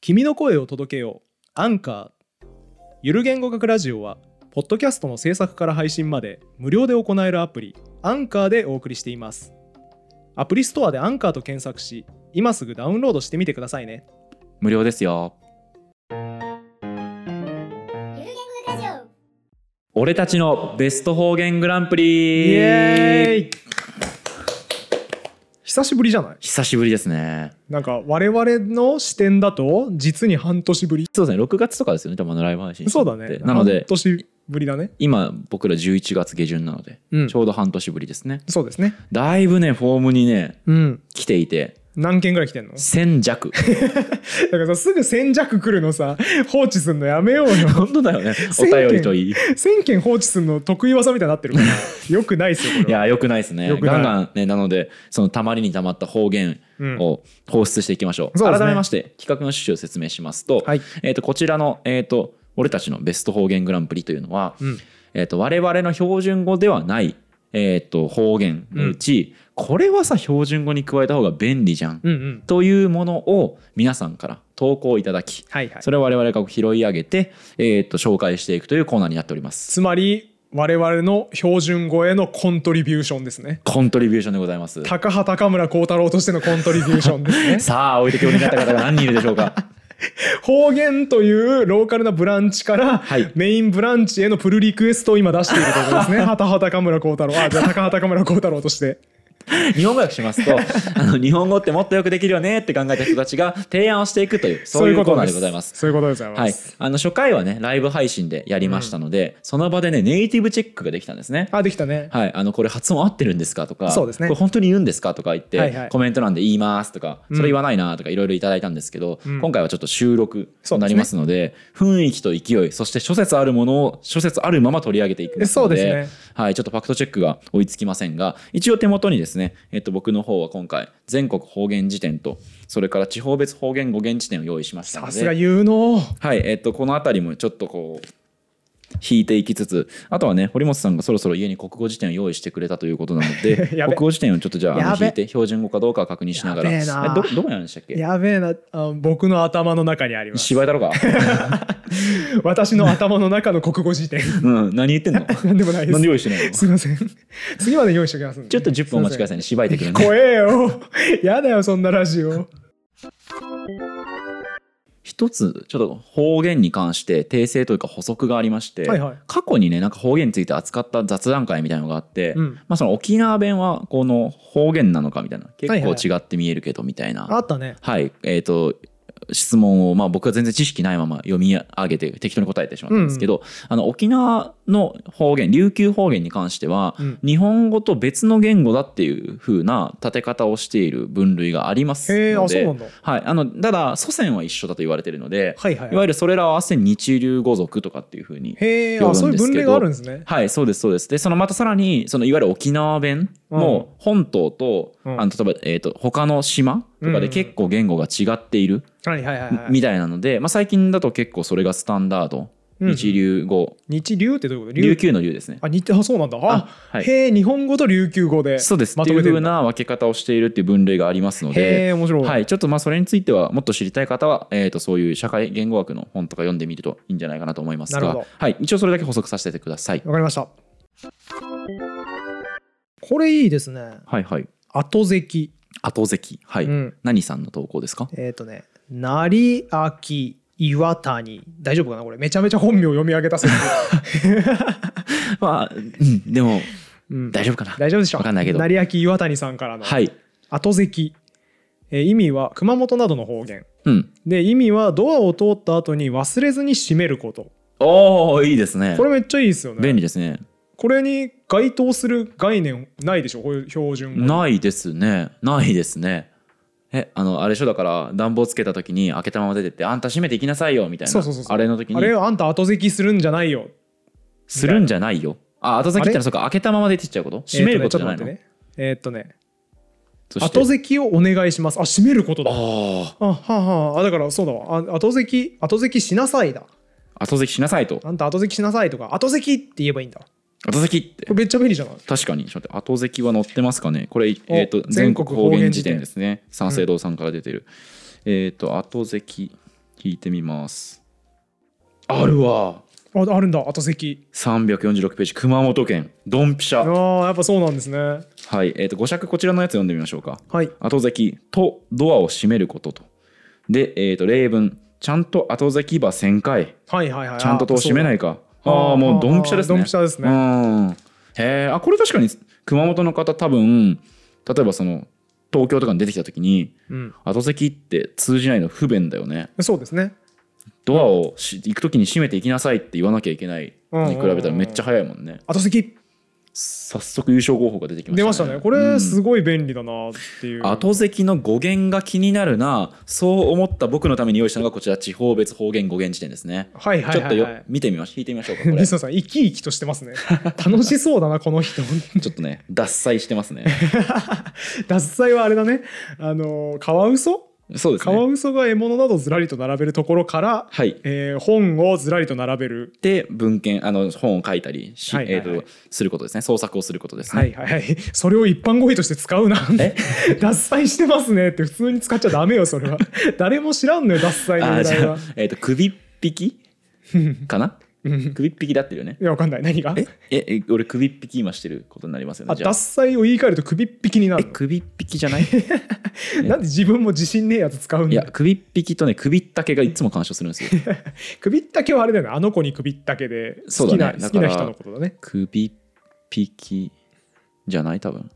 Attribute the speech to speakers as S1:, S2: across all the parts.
S1: 君の声を届けようアンカーゆる言語学ラジオはポッドキャストの制作から配信まで無料で行えるアプリアンカーでお送りしていますアプリストアでアンカーと検索し今すぐダウンロードしてみてくださいね
S2: 無料ですよ
S3: ゆる言語ラジオ
S2: 俺たちのベスト方言グランプリ
S1: イ久しぶりじゃない
S2: 久しぶりですね
S1: なんか我々の視点だと実に半年ぶり
S2: そうですね6月とかですよね多分ライブ配信して
S1: そう
S2: た
S1: だ
S2: のって
S1: ね
S2: なの
S1: 半
S2: で
S1: 年ぶりだね
S2: 今僕ら11月下旬なので、
S1: うん
S2: ちょうど半年ぶりですね
S1: そうですね
S2: だいぶねフォームにね
S1: うん
S2: 来ていて
S1: 何件ぐらい来てんの
S2: 1000 弱
S1: だからさすぐ1000弱来るのさ放置すんのやめよう よ
S2: 本当だよねお
S1: 1000
S2: 便りといい
S1: 1000件放置すんの得意技みたいになってるからよくないっすよこ
S2: い
S1: れは
S2: やよくないですね
S1: 良くない
S2: ガンガンねなのでそのたまりにたまった方言
S1: うん
S2: を放出していきましょう,、
S1: そうですね
S2: 改めまして企画の趣旨を説明しますと,、
S1: はい
S2: えー、とこちらの、えー、と俺たちのベスト方言グランプリというのは、
S1: うん
S2: えー、と我々の標準語ではない、えー、と方言のうち、これはさ標準語に加えた方が便利じゃん、
S1: うんうん
S2: というものを皆さんから投稿いただき
S1: はいはい
S2: それを我々が拾い上げて、えー、と紹介していくというコーナーになっております。
S1: つまり我々の標準語へのコントリビューションですね
S2: コントリビューションでございます。
S1: 高羽高村光太郎としてのコントリビューションですね
S2: さあ置いてけぼりになった方が何人いるでしょうか
S1: 方言というローカルなブランチから、
S2: はい
S1: メインブランチへのプルリクエストを今出しているところです ね。はたはたかむらこうたろう。あ、じゃあ、たかはたかむらこうたろうとして。
S2: 日本語訳しますとあの日本語ってもっとよくできるよねって考えた人たちが提案をしていくというそういうコーナーでございます。
S1: そういうことでございま
S2: はい
S1: す。、
S2: あの初回はねライブ配信でやりましたので、その場でねネイティブチェックができたんですね。
S1: あ、できたね。
S2: はい、あのこれ発音合ってるんですかとか
S1: そうですね
S2: これ本当に言うんですかとか言って、
S1: はいはい
S2: コメント欄で言いますとか
S1: うん
S2: それ言わないなとかいろいろいただいたんですけど、
S1: うん
S2: 今回はちょっと収録となりますので雰囲気と勢いそして諸説あるものを諸説あるまま取り上げていきます
S1: そ
S2: の
S1: うで
S2: です
S1: ね
S2: はい、ちょっとファクトチェックが追いつきませんが一応手元にですね、えっと、僕の方は今回全国方言辞典とそれから地方別方言語源辞典を用意しましたの
S1: さ
S2: です
S1: が有能。
S2: はい、えっと、この辺りもちょっとこう、引いていきつつ、あとはね、堀本さんがそろそろ家に国語辞典を用意してくれたということなので
S1: や、べ
S2: 国語辞典をちょっとじゃああ
S1: や
S2: の、
S1: べ
S2: 引いて、標準語かどうかを確認しながら、
S1: やべえな
S2: ど、どこにあるんでしたっけ
S1: やべえなあ、僕の頭の中にあります。
S2: 芝居だろうか。
S1: 私の頭の中の国語辞典。
S2: うん、何言ってんの
S1: なんでもないで
S2: な
S1: す
S2: んで。用意してないの
S1: すいません。次まで用意しておきますんで。
S2: ちょっと10分お待ちくださいね、芝居てくるね。
S1: 怖えよ。やだよ、そんなラジオ。
S2: 一つ、ちょっと方言に関して訂正というか補足がありまして、
S1: はいはい
S2: 過去にね、なんか方言について扱った雑談会みたいなのがあって、
S1: うん。
S2: まあその沖縄弁はこの方言なのかみたいな、結
S1: はいは
S2: 構
S1: い
S2: 違って見えるけどみたいな、
S1: あったね。
S2: はい、えっ、と、質問を、まあ僕は全然知識ないまま読み上げて適当に答えてしまったんですけど、あの沖縄の方言、琉球方言に関しては、
S1: うん
S2: 日本語と別の言語だっていう風な立て方をしている分類があります
S1: へえ、
S2: の
S1: あ、そう
S2: で、
S1: なんだ。
S2: はい、あの、ただ祖先は一緒だと言われているので、
S1: はいはい
S2: い
S1: は
S2: わ
S1: い。
S2: ゆるそれらを合わせて日流語族とかっていう風に
S1: へえ、
S2: 呼ぶん
S1: あ、そういう
S2: です
S1: 分
S2: けど
S1: 類があるんですね。
S2: はい、そうです、そうです。で、そのまたさらに、そのいわゆる沖縄弁も本島と、
S1: うん
S2: あの例えば、えっ、と、他の島とかで結構言語が違っている
S1: はいはいはいはい。
S2: みたいなので、まあ最近だと結構それがスタンダード、
S1: うん
S2: 一流語、
S1: 日流ってどういうこと
S2: 琉球の流ですね。
S1: あ、日あ、そうなんだ。あ、
S2: はい
S1: へえ、日本語と琉球語で。
S2: そうです。
S1: ま
S2: って
S1: と
S2: いう
S1: めて
S2: ふ
S1: る
S2: うな分け方をしているっていう分類がありますの
S1: へ
S2: で、
S1: え、面白い。
S2: はい、ちょっとまあそれについてはもっと知りたい方は、えー、とそういう社会言語学の本とか読んでみるといいんじゃないかなと思います
S1: なるほ
S2: が
S1: ど、
S2: はい、一応それだけ補足させてください。
S1: わかりました。これいいですね。
S2: はいはい。
S1: 後関。
S2: 後関。はい。
S1: うん。
S2: 何さんの投稿ですか
S1: えっ、とね、成明岩谷。大丈夫かなこれ。めちゃめちゃ本名読み上げたせいで
S2: まあ、うんでも、
S1: うん
S2: 大丈夫かな。
S1: 大丈夫でしょ
S2: わかんないけど
S1: 成明岩谷さんからの
S2: はい。
S1: 後関。えー意味は熊本などの方言。
S2: うん。
S1: で、意味はドアを通った後に忘れずに閉めること。
S2: おお、いいですね
S1: こ。れめっちゃいいですよね。
S2: 便利ですね。
S1: これに該当する概念ないでしょこういう標準語
S2: ないですね。ないですね。え、あの、あれでしょだから、暖房つけた時に開けたまま出てって、あんた閉めていきなさいよ、みたいな。
S1: そうそうそうそう
S2: あれの時
S1: あれ
S2: に、
S1: あんた後席するんじゃないよ
S2: するんじゃないよ。あ、後先っての
S1: あれ
S2: はそうか、開けたまま出てっちゃうこと閉めることじゃないの、
S1: えーっとねち
S2: そ
S1: ょっ
S2: し
S1: と待って
S2: て
S1: ねえーっとね後席をお願いしますあ閉めることだ
S2: あ
S1: あはあはああだからそうだわあ後席後席しなさいだ
S2: あ、後席しなさいと。
S1: あんた後席しなさいとか後席って言えばいいんだこ
S2: 後席って
S1: れ。めっちゃ便利じゃない
S2: 確かに、ちょっと待って後席は載ってますかね。これ、えっと、
S1: 全
S2: 全
S1: 国
S2: 国
S1: 方
S2: 方
S1: 言
S2: 言
S1: 辞
S2: 辞
S1: 典
S2: 典ですね。三省堂さんから出てる。えっと、後席。聞いてみますあるわ
S1: ああるんだ後席
S2: 346ページ熊本県ドンピシ
S1: あ
S2: ャ
S1: あやっぱそうなんですね
S2: はいえー、と5尺こちらのやつ読んでみましょうか
S1: はい
S2: 後咲きとドアを閉めることとで、えー、と例文ちゃんと後咲きば1000回
S1: はいはいはい
S2: ちゃんと戸を閉めないいか
S1: そうだ
S2: ああもうドンピシャですね
S1: ドンピシャですね
S2: うんへえあこれ確かに熊本の方多分例えばその東京とかに出てきた時に
S1: うん
S2: 後席って通じないの不便だよね
S1: そうですね
S2: ドアをし行く時に閉めていきなさいって言わなきゃいけないに比べたらめっちゃ早いもんね
S1: 後席
S2: 早速優勝候補が出てきましたね
S1: 出ましたねこれすごい便利だなっていう、
S2: 後席の語源が気になるなそう思った僕のために用意したのがこちら地方別方言語源辞典ですね
S1: はいはい
S2: ちょっ
S1: は
S2: と
S1: い、
S2: よ
S1: はい、
S2: 見てみましょう引いてみましょうか これ
S1: 西野さん生き生きとしてます ね楽しそうだなこの人
S2: ちょっとね脱菜して ますね
S1: 脱菜はあれだねあのカワウソ
S2: そうです
S1: カワ
S2: ね
S1: ウソが獲物などをずらりと並べるところから、
S2: はい
S1: えー本をずらりと並べる
S2: で文献あの本を書いたりし、
S1: はいはいはい
S2: えー、とすることですね創作をすることですね、
S1: はいはいはいそれを一般語彙として使うな
S2: え
S1: 脱菜してますねって普通に使っちゃダメよそれ は誰も知らんのよ脱菜の
S2: あー
S1: 由
S2: じ
S1: 来
S2: ゃあ
S1: は、
S2: えー、と首っ引き かな
S1: うん
S2: 首っ引きだってるよね
S1: いやわかんない何が
S2: えええ俺首っ引き今してることになりますよね
S1: あ
S2: じゃあ
S1: 脱菜を言い換えると首っ引きにな
S2: え
S1: る
S2: 首っ引き じゃない
S1: のなんで自分も自信ねえやつ使うん
S2: い
S1: だ
S2: や
S1: よ
S2: 首っ引きとね首ったけがいつも干渉するんですよ
S1: 首ったけはあれだよねあの子に首ったけで好きな、
S2: そうだね
S1: 好き
S2: だ
S1: な
S2: から
S1: 人のことだね
S2: 首引きじゃない多分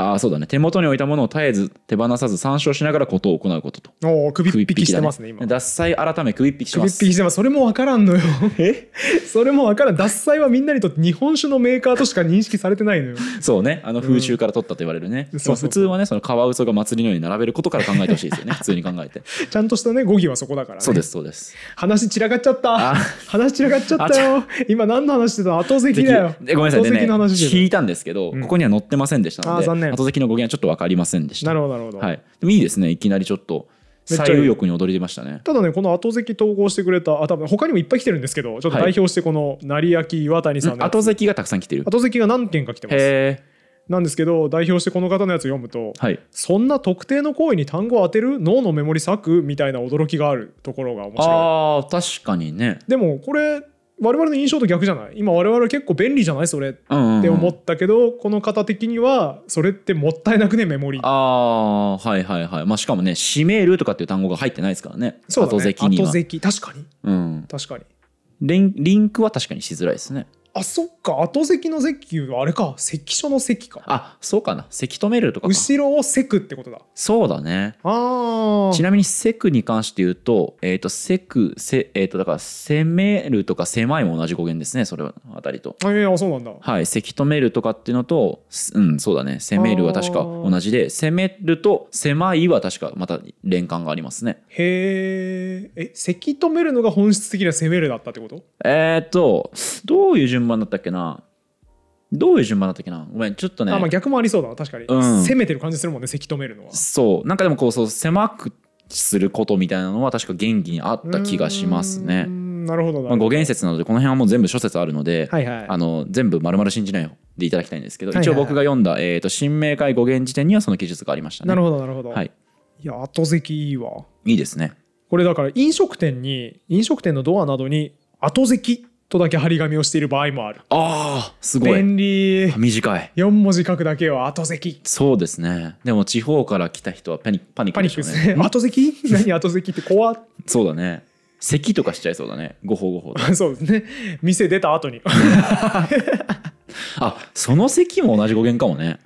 S2: ああそうだね手元に置いたものを絶えず手放さず参照しながらことを行うことと
S1: おお首っ
S2: 首
S1: 引きし
S2: だ
S1: て
S2: ね
S1: ますね今
S2: 脱菜改め首っ引きし
S1: 首
S2: ま
S1: っ
S2: す
S1: 引きしてますそれもわからんのよ それもわからん脱菜はみんなにとって日本酒のメーカーとしか認識されてないのよ
S2: そうねあの風習から取ったと言われるね、
S1: うんそう
S2: でも
S1: そうそう
S2: 普通はねそのカワウソが祭りのように並べることから考えてほしいですよ ね普通に考えて
S1: ちゃんとしたね語義はそこだから、ね、
S2: そうですそう です
S1: 話散らかっちゃった
S2: あ
S1: 話散らかっちゃったよ今何の話してたの後席だよ
S2: でごめんなさいで
S1: 後
S2: ね
S1: 席の話してた
S2: 聞いたんですけど、
S1: うん
S2: ここには載ってませんでした
S1: あ
S2: の
S1: ー
S2: で
S1: 残念
S2: 後先の語源はちょっと分かりませんでした
S1: なるほどなるほど、
S2: はい、でもいいですねいきなりちょっと
S1: めっちゃいい
S2: 左右翼に踊りましたね
S1: ただねこの後席投稿してくれたあ多分他にもいっぱい来てるんですけどちょっと代表してこの成明岩谷さんのやつ
S2: 後先がたくさん来てる
S1: 後席が何件か来てます
S2: へえ
S1: なんですけど代表してこの方のやつ読むと
S2: はい
S1: そんな特定の行為に単語を当てる脳のメモリ削くみたいな驚きがあるところが面白
S2: ああ確かにね
S1: いでもこれ我々の印象と逆じゃない今我々結構便利じゃないそれっ
S2: うんうんうん
S1: て思ったけど、この方的にはそれってもったいなくねメモリ
S2: ああーはいはいはいまあしかもね「閉める」とかっていう単語が入ってないですからね
S1: そうだね
S2: 後席には
S1: 後席確かに
S2: うん
S1: 確かに
S2: リンリンクは確かにしづらいですね
S1: あそっか後席の席はあれか席書の席か
S2: あそうかな「せき止める」とかか
S1: 後ろをセクってことだ
S2: そうだね
S1: ああ
S2: ちなみに「セク」に関して言うと「えっ、とセク」せえっ、とだから「攻める」とか「狭い」も同じ語源ですねそれあたりと
S1: あいやそうなんだ
S2: はい「せき止める」とかっていうのとすうんそうだね「攻める」は確か同じで「攻める」と「狭い」は確かまた連関がありますね
S1: へーえ咳止めるのが本質的な攻めるだったってこと
S2: えーっと、どういう順番だったっけなどういう順番だったっけなごめん、ちょっとね
S1: あ、まあ、逆もありそうだな確かに、
S2: うん
S1: 攻めてる感じするもんねせき止めるのは
S2: そう、なんかでもこう、そう狭くすることみたいなのは確か元気にあった気がします
S1: うー
S2: ね。
S1: んなるほどな
S2: まあ、
S1: るほど、
S2: 語源説なので、この辺はもう全部諸説あるので、
S1: はいはい
S2: あの全部丸々信じないよでいただきたいんですけど、
S1: はいはいはい
S2: 一応僕が読んだ、えーっと、新明解語源辞典にはその記述がありましたね。
S1: なるほどなるほど、、
S2: はいい。
S1: や後席いいわ
S2: いいですね。
S1: これだから飲食店に飲食店のドアなどに後席とだけ張り紙をしている場合もある
S2: ああ、すごい。
S1: 便利
S2: 短い。
S1: 4文字書くだけは後席
S2: そうですね。でも地方から来た人はパニパニッ
S1: パ
S2: クで
S1: ニ
S2: し
S1: ッ
S2: ょ
S1: ク
S2: う
S1: です
S2: ね。
S1: ね後席 何後席って怖っ
S2: そうだね。咳とかしちゃいそうだね。ごほうごほうで。
S1: そうですね店出た後に
S2: あ、その咳も同じ語源かもね。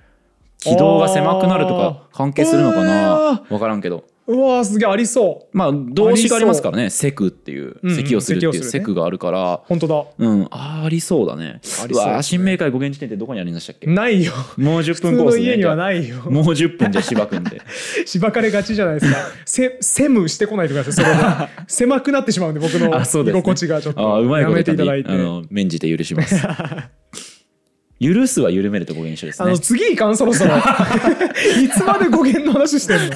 S2: 軌道が狭くなるとか関係するのか
S1: う
S2: な
S1: わ
S2: わからんけど。
S1: うわーすげえありそう
S2: まあ動詞がありますからね。セクっていう
S1: うんうん
S2: 咳をするっていう
S1: 咳をする
S2: セ
S1: ね
S2: クがあるから。
S1: 本当だ
S2: うん、あーありそうだ
S1: あ
S2: ね。
S1: りそうですね
S2: うわー新明解語源辞典ってどこにありましたっけも
S1: ないよ
S2: う10
S1: 普通
S2: 分コー
S1: の
S2: スね
S1: 家には
S2: じゃ
S1: ないよ
S2: あもう10分じゃしば くんで。
S1: しばかれがちじゃないですか。せ、セムしてこないでください。それ は狭くなってしまうんで、僕の
S2: あそう
S1: 居
S2: ですね
S1: 心地がちょっ
S2: ああ、
S1: と。
S2: うまい
S1: や
S2: こと
S1: め
S2: 言
S1: ていただいて。
S2: あの、免じて許 します。許すは緩めると語源一緒です
S1: あ
S2: ね
S1: の、。次いかん、そろそ ろ。いつまで語源の話してんの。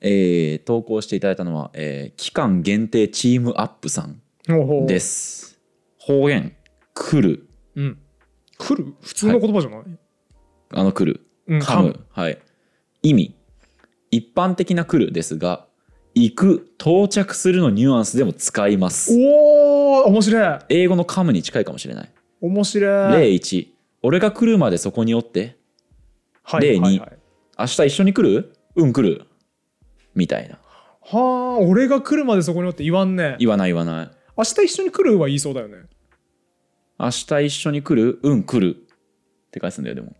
S2: えー投稿していただいたのは、えー期間限定チームアップさん
S1: ほう ほう
S2: です。方言、来る、
S1: うん。来る普通の言葉じゃない、
S2: あの来る、
S1: うん、
S2: 噛む、はい。意味、一般的な来るですが、行く、到着するのニュアンスでも使います。
S1: おお面白い
S2: 英語のカムに近いかもしれない。
S1: 面白い
S2: 例1、俺が来るまでそこにおって、
S1: はい
S2: 例に
S1: はいはい
S2: 明日一緒に来るうん、来る。みたいな。
S1: はあ俺が来るまでそこにおって言わんね
S2: 言わない言わない。
S1: 明日一緒に来るは言いそうだよね
S2: 明日一緒に来るうん、来る。って返すんだよ、でも。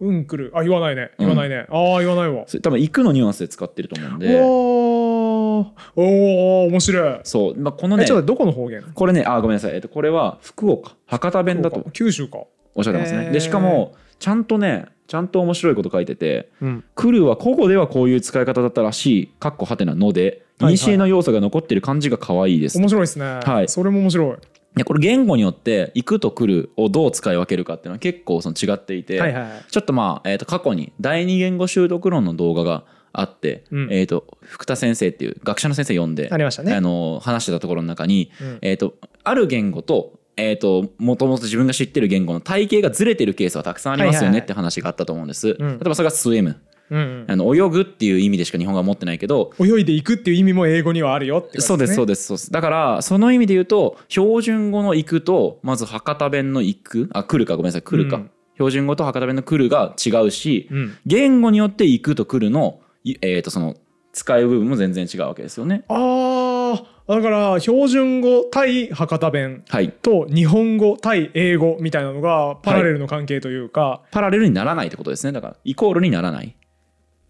S1: うん来るあ言わないね
S2: うん
S1: 言わないね、ああ言わないわ
S2: それ多分、行くのニュアンスで使ってると思うんで。
S1: おーおー面白い
S2: そう。まあ、この
S1: え
S2: ね
S1: ちょ、っとどこの方言
S2: これね、あ、ごめんなさい。えっと、これは福岡、博多弁だ
S1: そう
S2: と
S1: か九州か
S2: おっしゃってます
S1: へ
S2: ね。
S1: ー
S2: で、しかも、ちゃんとね、ちゃんと面白いこと書いてて、
S1: うん
S2: 来るは古語ではこういう使い方だったらしい、かっこはてなので、
S1: はいはい
S2: いにしえの要素が残ってる感じが可愛いです。
S1: 面白いですね、
S2: はい
S1: それも面白
S2: でこれ言語によって、行くと来るをどう使い分けるかっていうのは結構その違ってい
S1: い
S2: て、
S1: はいはいはい
S2: ちょっとまあ、えー、と過去に第二言語習得論の動画があって、
S1: うん
S2: えー、と福田先生っていう学者の先生呼んで
S1: ありましたね
S2: あの話してたところの中に、
S1: うん
S2: えー、とある言語と,、えー、ともともと自分が知ってる言語の体系がずれてるケースはたくさんありま
S1: は
S2: す
S1: いはい
S2: よ
S1: は
S2: ね
S1: い
S2: って話があったと思うんです、
S1: うん
S2: 例えばそれが「スイム」
S1: うん
S2: あの泳ぐっていう意味でしか日本語は持ってないけど
S1: うん、泳いでいくっていう意味も英語にはあるよって、
S2: そうですそう
S1: で
S2: ですそうですだからその意味で言うと標準語の「行く」とまず博多弁の「行く」あ「来る」かごめんなさい「来るか」
S1: うん
S2: 標準語と博多弁の「来る」が違うし、
S1: す、うん、
S2: 言語によって行くと来るの、いえー、とその使う部分も全然違うわけですよね。
S1: あーだから標準語対博多弁
S2: はい、
S1: と日本語対英語みたいなのがパラレルの関係というか、
S2: パラレルにならないってことですねだからイコールにならない。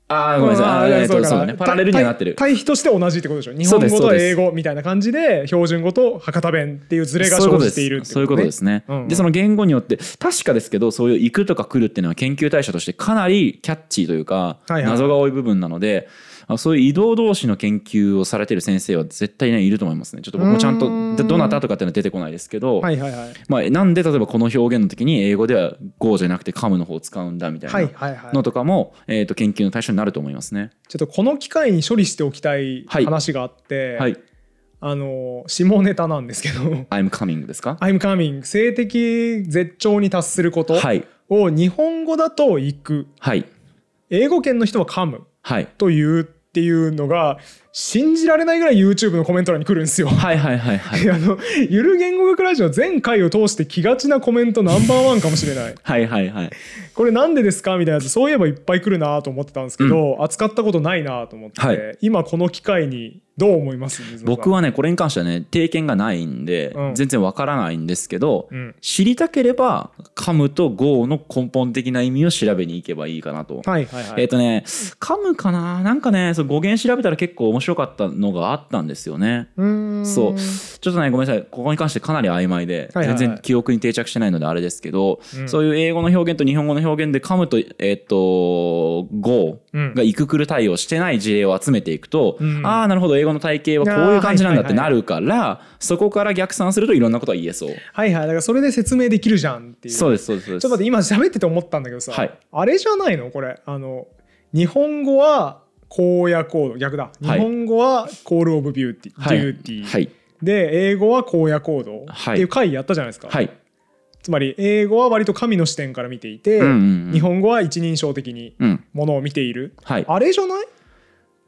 S2: ああごめんなさいあ
S1: まあ
S2: ー、えー、
S1: そうだ
S2: と
S1: か
S2: そう
S1: ら
S2: だねパラレルにはなってる。
S1: 対対比として同じってことでしょ日
S2: そう
S1: 本
S2: です
S1: 語
S2: そう
S1: と
S2: です
S1: 英語みたいな感じで標準語と博多弁っていうズレが
S2: そういうこ
S1: 生
S2: と
S1: じている
S2: で
S1: って
S2: すそういうことですすね。
S1: うんうん
S2: でその言語によって確かですけどそういう「行く」とか「来る」っていうのは研究対象としてかなりキャッチーというか、
S1: はいはい
S2: 謎が多い部分なのであそういう移動同士の研究をされてる先生は絶対ねいると思いますね。ちょっと僕もちゃん
S1: うーん
S2: とでどなたとかっていうのは出てこないですけど、
S1: はいはいはい
S2: まあ、なんで例えばこの表現の時に英語では「go」じゃなくて「come」の方を使うんだみた
S1: はい
S2: い
S1: は
S2: ない
S1: はい
S2: のとかも、えー、と研究の対象になると思いますね。
S1: ちょっとこの機会に処理しておきたい
S2: はい
S1: 話があって、
S2: はい
S1: あの下ネタなんですけど
S2: 「I'm coming」ですか
S1: 「I'm coming」性的絶頂に達すること
S2: はい
S1: を日本語だと「行く
S2: はい」
S1: 英語圏の人は「噛む
S2: はい」
S1: というっていうのが信じられないぐらい YouTube のコメント欄に来るんですよ。
S2: はいはいはいはい
S1: あのゆる言語学ラジオ全回を通して気がちなコメントナンバーワンかもしれない
S2: はいはいはい
S1: これなんでですかみたいなやつそういえばいっぱい来るなと思ってたんですけど、扱ったことないなと思って、
S2: はい
S1: 今この機会にどう思います水野さん
S2: 僕はねこれに関してはね定見がないんで、
S1: うん
S2: 全然わからないんですけど、
S1: うん
S2: 知りたければ「come」と「go」の根本的な意味を調べに行けばいいかなと。
S1: はいはいはい、
S2: えっ、とね「come」かななんかねその語源調べたら結構面白かったのがあったんですよね。
S1: うーん
S2: そうちょっとねごめんなさいここに関してかなり曖昧で、
S1: はいはいはい
S2: 全然記憶に定着してないのであれですけど、
S1: うん
S2: そういう英語の表現と日本語の表現で「噛む」と「えっ、と「go」
S1: うん
S2: が「いくくる」対応してない事例を集めていくと、
S1: うん
S2: ああなるほど英語の体系はこういう感じなんだってなるから、そこから逆算するといろんなことは言えそう。
S1: はいはいだからそれで説明できるじゃんっていう
S2: そうですそうですそうです
S1: ちょっと待って今喋ってて思ったんだけどさ、
S2: はい
S1: あれじゃないのこれあの日本語はこうやこう逆だ日
S2: はい
S1: 本語はコール・オブ・ビューティー、
S2: はい
S1: ビューティー、
S2: はい
S1: で英語は荒野行動って
S2: はい
S1: いう回やったじゃないですか、
S2: はい
S1: つまり英語は割と神の視点から見ていて、
S2: うんうんうん
S1: 日本語は一人称的に
S2: うん
S1: ものを見ている、
S2: はい
S1: あれじゃない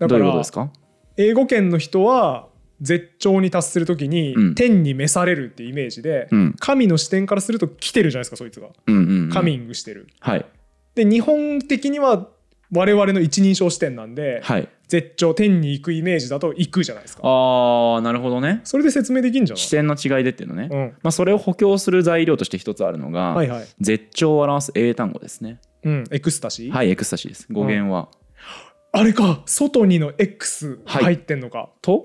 S1: だか
S2: どういうこと
S1: ら
S2: ですか
S1: 英語圏の人は絶頂に達するときに、
S2: うん
S1: 天に召されるっていうイメージで、
S2: うん
S1: 神の視点からすると来てるじゃないですかそいつが
S2: うんうんうん
S1: カミングしてる、
S2: はい
S1: で日本的には我々の一人称視点なんで、
S2: はい
S1: 絶頂天に行くイメージだと行くじゃないですか
S2: ああなるほどね
S1: それで説明できんじゃない
S2: 視点の違いでっていうのね、
S1: うん
S2: まあ、それを補強する材料として一つあるのが、
S1: はいはい
S2: 絶頂を表す英単語ですね。
S1: うん、エクスタシー、
S2: はい、エクスタシーです。語源は、
S1: あれか外にの X
S2: はい
S1: 入ってんのか、
S2: と、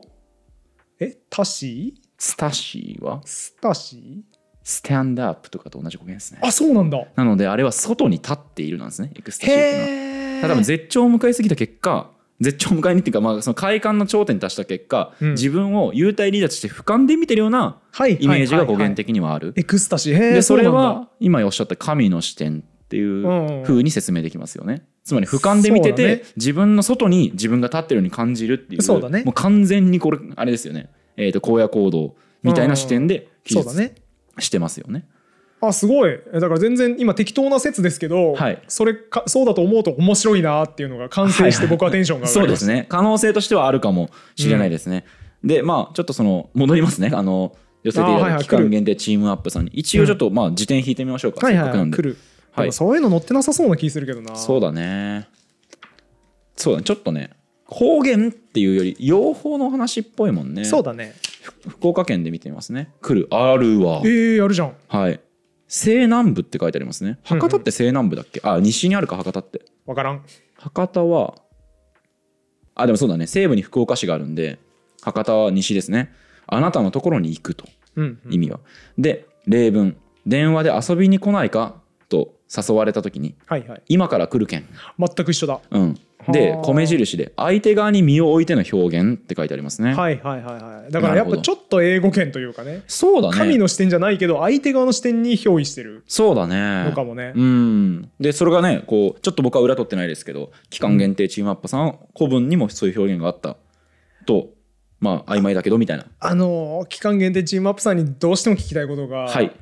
S1: えタシー
S2: スタシーは、
S1: スタシー
S2: スタンドアップとかと同じ語源ですね。
S1: あそうなんだ
S2: なので、あれは外に立っているなんですね、エクスタシーっていうのは。
S1: へえ
S2: ただ、絶頂を迎えすぎた結果、絶頂を迎えにっていうか、まあ、その快感の頂点に達した結果、
S1: うん
S2: 自分を幽体離脱して俯瞰で見てるような
S1: はい
S2: イメージが語
S1: はいはいは
S2: 源
S1: い
S2: 的にはある。
S1: エクスタシーへえ
S2: で、そ
S1: う
S2: れ
S1: なんだ
S2: は、今おっしゃった神の視点っていう
S1: うんうん
S2: 風に説明できますよね。つまり俯瞰で見
S1: そ
S2: て
S1: うだ
S2: て、
S1: ね
S2: 自分の外に自分が立ってるように感じるっていう
S1: そうだね
S2: もう完全にこれあれですよね、えー、と荒野行動みたいな視点で記
S1: そうだ
S2: 述
S1: ね
S2: してますよね。
S1: あすごいえだから全然今適当な説ですけど、
S2: はい
S1: それかそうだと思うと面白いなっていうのが完成して僕はテンションが上
S2: そ
S1: がり
S2: うで
S1: ました
S2: すね可能性としてはあるかもしれないですね、でまあちょっとその戻りますねあの寄せてい
S1: あー
S2: た
S1: はい
S2: だ
S1: はい
S2: いた期間限定チームアップさんに一応ちょっとまあ辞典引いてみましょうか、
S1: はい
S2: せっかく
S1: は
S2: ないんで
S1: 来る、
S2: はい
S1: でもそういうの載ってなさそうな気するけどな
S2: そうだねそうだねちょっとね方言っていうより用法の話っぽいもんね
S1: そうだね
S2: 福岡県で見てみますね来るあるわ
S1: えー、やるじゃん
S2: はい西南部って書いてありますね博多って西南部だっけ、あ西にあるか博多って
S1: わからん
S2: 博多はあでもそうだね西部に福岡市があるんで博多は西ですねあなたのところに行くと
S1: うん、うん
S2: 意味は、で例文電話で遊びに来ないかと誘われた時に
S1: はいはい
S2: 今から来るけん、
S1: 全く一緒だ、
S2: うん、で
S1: はあ
S2: 米印で相手側に身を置いての表現って書いてありますね、
S1: はいはいはいはいだからやっ
S2: なるほ
S1: ぱ
S2: ど
S1: ちょっと英語圏というかね
S2: そうだね
S1: 神の視点じゃないけど相手側の視点に憑依してる
S2: そうだね
S1: のかもね、
S2: うん、でそれがねこうちょっと僕は裏取ってないですけど期間限定チームアップさん古文にもそういう表現があったとまあ曖昧だけどみたいな
S1: あのー期間限定チームアップさんにどうしても聞きたいことが、
S2: はい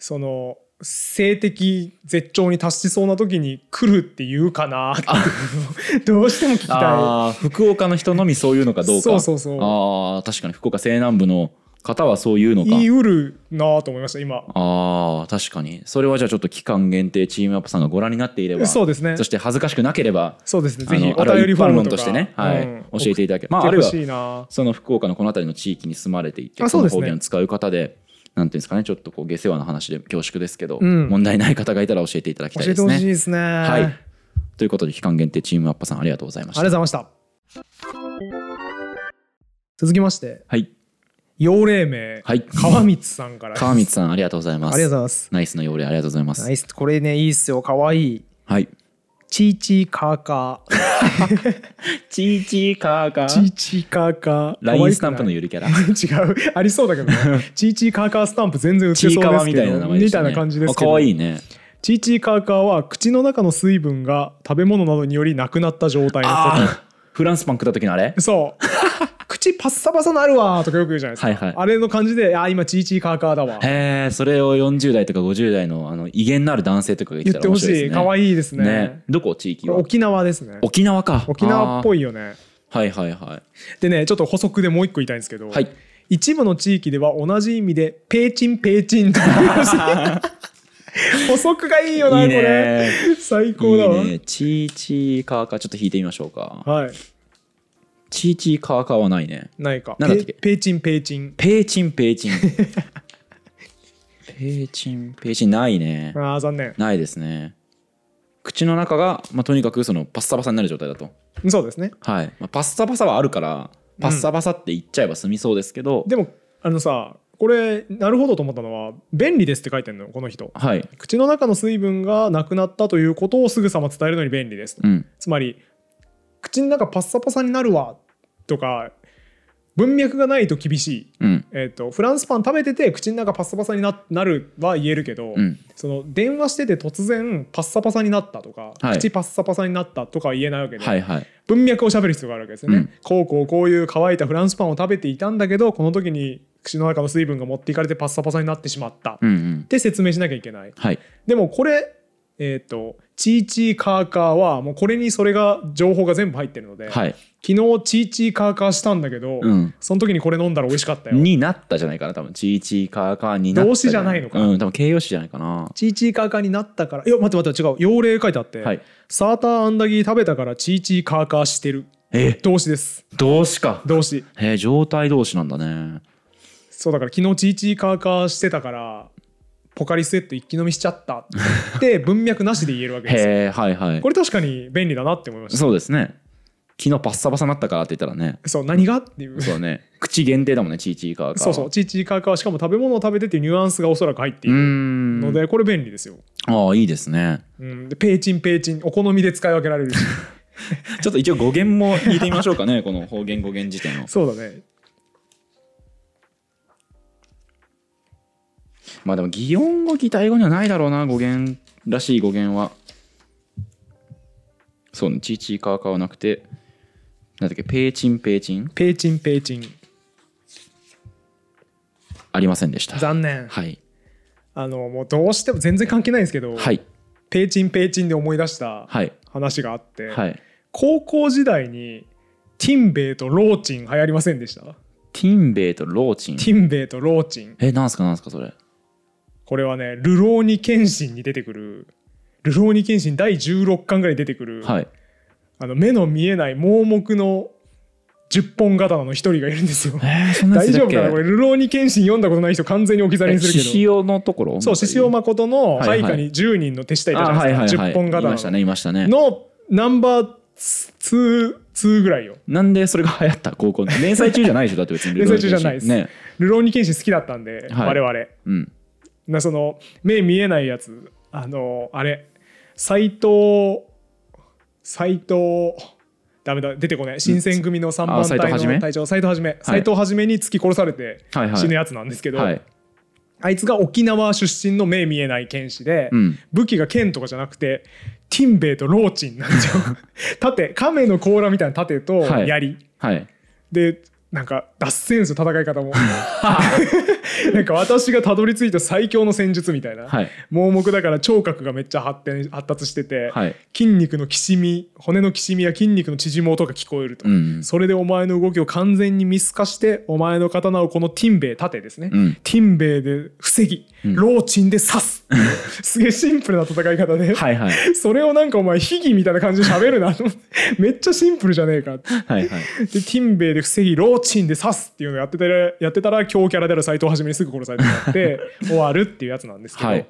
S1: その性的絶頂に達しそうな時に来るって言うかなっていう どうしても聞きた
S2: あー福岡の人のみそういうのかどう
S1: い
S2: か
S1: そうそうそう
S2: あー確かに福岡西南部の方はそういうのか
S1: 言い得るなと思いました今
S2: あー確かにそれはじゃあちょっと期間限定チームアップさんがご覧になっていれば
S1: そうですね
S2: そして恥ずかしくなければ
S1: そうですね
S2: あ
S1: ぜひ
S2: の
S1: お
S2: あるいは
S1: 便り
S2: 一
S1: フォー
S2: 般
S1: ム
S2: 論
S1: とか
S2: としてね、はい
S1: うん
S2: 教えていただけまああ
S1: 送
S2: る
S1: っ
S2: い
S1: て
S2: は
S1: ほしいな
S2: その福岡のこの辺りの地域に住まれていて
S1: あ
S2: そ
S1: そうで
S2: の
S1: すね
S2: 方言を使う方でなんていうんですかねちょっとこう下世話な話で恐縮ですけど、
S1: うん
S2: 問題ない方がいたら教えていただきたい
S1: 教え
S2: で
S1: て
S2: す
S1: ほしい
S2: ね。
S1: ですね、
S2: は
S1: あり
S2: い、ということで期間限定チームアッパさんありがとうございま
S1: が
S2: し
S1: と
S2: た。
S1: うございました続きまして
S2: はい、
S1: 幼霊名、
S2: はい
S1: 川光さんからです
S2: 川光さんありがとうございます。
S1: ありがとうございます
S2: ナイスの要領ありがとうございます。
S1: ナイスこれねいいっすよかわいい
S2: はい。
S1: チーチーカーカー
S2: チーチーカーカ
S1: チーチーカーカー
S2: ラインスタンプ の
S1: 違
S2: ゆるキャラ。
S1: うありそうだけど ねチーチーカーカースタンプ全然売って
S2: チ
S1: そうです
S2: ー
S1: け
S2: カ
S1: ど
S2: ワみたいな名前でしたね。
S1: みたいな感じですけ
S2: あ
S1: ど
S2: 可愛いね。
S1: チーチーカーカーは口の中の水分が食べ物などによりなくなった状態のこ
S2: あーフランスパン食った時のあれ
S1: と。そう 口パッサパサなるわーとかよく言うじゃないですか、
S2: はいはい
S1: あれの感じであー今チーチーカーカーだわ
S2: へえ、それを40代とか50代のあの威厳のある男性とかが言っ
S1: 言
S2: た
S1: って
S2: ら
S1: ほ
S2: 面
S1: し
S2: 白いです
S1: い
S2: ね。
S1: 可愛いですね
S2: ね。どこ地域は
S1: 沖縄ですね
S2: 沖縄か
S1: 沖縄っぽ
S2: い
S1: いよね
S2: はいはいはい
S1: でねちょっと補足でもう一個言いたいんですけど、
S2: はい
S1: 一部の地域では同じ意味でペーチンペーチンと言います 補足がいいよない
S2: いね
S1: これ最
S2: い
S1: 高だわ
S2: いねチーチーカーカーちょっと弾いてみましょうか
S1: はい
S2: チーチーカーカーはないね
S1: ないか
S2: なんだっ
S1: ペ
S2: け
S1: ペーチンペーチン
S2: ペーチンペ ーチンペーチンペーチンないね
S1: あー残念
S2: ないですね口の中が、まあ、とにかくそのパッサパサになる状態だと
S1: そうですね
S2: はい、まあ、パッサパサはあるからパッサパサって言っちゃえば済みそうですけど、
S1: でもあのさこれなるほどと思ったのは「便利です」って書いてんのよこの人
S2: はい
S1: 口の中の水分がなくなったということをすぐさま伝えるのに便利です、
S2: うん
S1: つまり口の中パッサパサになるわとか文脈がないと厳しい、
S2: うん
S1: えー、とフランスパン食べてて口の中パッサパサにななるは言えるけど、
S2: うん
S1: その電話してて突然パッサパサになったとか、
S2: はい
S1: 口パッサパサになったとかは言えないわけで、
S2: はいはい
S1: 文脈を喋る必要があるわけですよね、
S2: うん
S1: こうこうこういう乾いたフランスパンを食べていたんだけどこの時に口の中の水分が持っていかれてパッサパサになってしまったっ
S2: うんうん
S1: て説明しなきゃいけない
S2: はい
S1: でもこれえっ、とチーチーカーカーはもうこれにそれが情報が全部入ってるので、
S2: はい
S1: 昨日チーチーカーカーしたんだけど、
S2: うん
S1: その時にこれ飲んだら美味しかったよ
S2: になったじゃないかな多分チーチーカーカーになった
S1: 動詞じゃないのか
S2: うん多分形容詞じゃないかな
S1: チーチーカーカーになったからいや待って待って違う用例書いてあって、
S2: はい
S1: サーターアンダギー食べたからチーチーカーカーしてる
S2: え
S1: 動詞です
S2: 動詞か
S1: 動詞
S2: え状態動詞なんだね
S1: そうだから昨日チーチーカーカーしてたからポカリスエット一気飲みしちゃったって文脈なしで言えるわけですよ
S2: へえはいはい
S1: これ確かに便利だなって思いました
S2: そうですね昨日パッサパサになったからって言ったらね
S1: そう何がっていう
S2: そうね 口限定だもんねチーチーカーカー
S1: そうそうチーチーカーカーしかも食べ物を食べてっていうニュアンスがおそらく入っていう
S2: ー
S1: る
S2: ん
S1: のでこれ便利ですよ、
S2: ああいいですね
S1: うん、でペーチンペーチンお好みで使い分けられるし
S2: ちょっと一応語源も聞いてみましょうかねこの方言語源辞典 を
S1: そうだね
S2: まあでも擬音語擬態語にはないだろうな語源らしい語源はそうねチーチーカーカーはなくてなんだっけペーチンペーチン
S1: ペーチンペーチン
S2: ありませんでした
S1: 残念
S2: はい
S1: あのもうどうしても全然関係ないんですけど、
S2: はい
S1: ペーチンペーチンで思い出した
S2: はい
S1: 話があって、
S2: はい
S1: 高校時代にティンベイとローチン流行りませんでした、
S2: ティンベイとローチン
S1: ティンベイとローチン
S2: えなんすかなんすかそれ
S1: これはね「流浪に剣心」に出てくる「流浪に剣心」第16巻ぐらいに出てくる、
S2: はい
S1: あの目の見えない盲目の10本刀の一人がいるんです よ
S2: えー、そんなや
S1: 大
S2: つ
S1: 丈
S2: だっ
S1: 夫
S2: け
S1: かなこれ「流浪に剣心」読んだことない人完全に置き去りにするけ
S2: 獅
S1: ど
S2: 子王のところ
S1: そう獅子王誠の
S2: はいはい
S1: 配下に10人の手下いたじ
S2: あ
S1: ゃ
S2: はい
S1: ない
S2: はい
S1: ですか、
S2: はい
S1: 10本
S2: い
S1: 刀
S2: ましたねいましたね
S1: のナンバー2 2ぐらいよ
S2: なんでそれが流行った高 校の連載中じゃないでしょだって別に
S1: 連載中じゃないです
S2: ね
S1: 「流浪に剣心」好きだったんで、
S2: は
S1: 我
S2: い
S1: 々
S2: うん
S1: なその目見えないやつあのあれ斎藤斎藤ダメだ出てこない新選組の3番
S2: あ斎藤
S1: 隊
S2: はじめ
S1: の隊長斎藤はじめ斎藤はじめに突き殺されて
S2: はいはい
S1: 死ぬやつなんですけど、
S2: はい
S1: あいつが沖縄出身の目見えない剣士で、
S2: うん
S1: 武器が剣とかじゃなくてティンベイとローチンなんですよ 盾亀の甲羅みたいな盾と
S2: はい
S1: 槍、
S2: はい
S1: でなんか脱線する戦い方 もなんか私がたどり着いた最強の戦術みたいな、
S2: はい
S1: 盲目だから聴覚がめっちゃ発展発達してて、
S2: はい
S1: 筋肉のきしみ骨のきしみや筋肉の縮む音が聞こえると、
S2: うん
S1: それでお前の動きを完全に見透かしてお前の刀をこのティンベイ盾ですね、
S2: うん
S1: ティンベイで防ぎ、
S2: ん
S1: ローチンで刺 すすげえシンプルな戦い方で、
S2: はいはい
S1: それをなんかお前秘技みたいな感じで喋るなと思ってめっちゃシンプルじゃねえかって
S2: はいはい
S1: でティンベイで防ぎローチンで刺すっていうのをやってたらやってたら強キャラである斎藤はじめにすぐ殺されてしまって 終わるっていうやつなんですけど、
S2: はい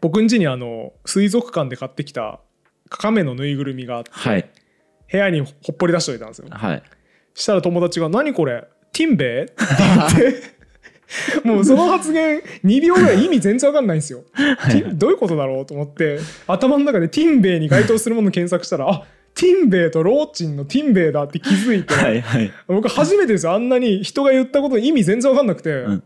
S1: 僕ん家にあの水族館で買ってきた亀のぬいぐるみがあって、
S2: はい
S1: 部屋にほっぽり出しておいたんですよ
S2: はい
S1: したら友達が「何これティンベイ?」って言ってもうその発言2秒ぐらい意味全然わかんないんですよ。ティンどういうことだろうと思って頭の中で「ティンベイ」に該当するものを検索したら「あティンベイとローチンのティンベイだ」って気づいて。
S2: はいはい
S1: 僕初めてですよあんなに人が言ったことに意味全然分かんなくて、
S2: ん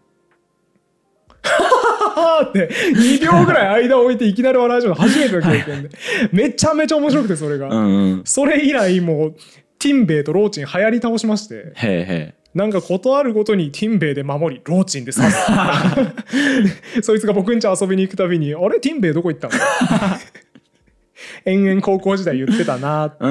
S1: って2秒ぐらい間を置いていきなり笑い上手初めての経験でめちゃめちゃ面白くてそれが、
S2: うんうん
S1: それ以来もうティンベイとローチン流行り倒しまして
S2: へえへ
S1: なんかことあるごとにティンベイで守りローチンで刺 すそいつが僕ん家遊びに行くたびに「あれティンベイどこ行ったの? 」延々高校時代言ってたなっ
S2: えう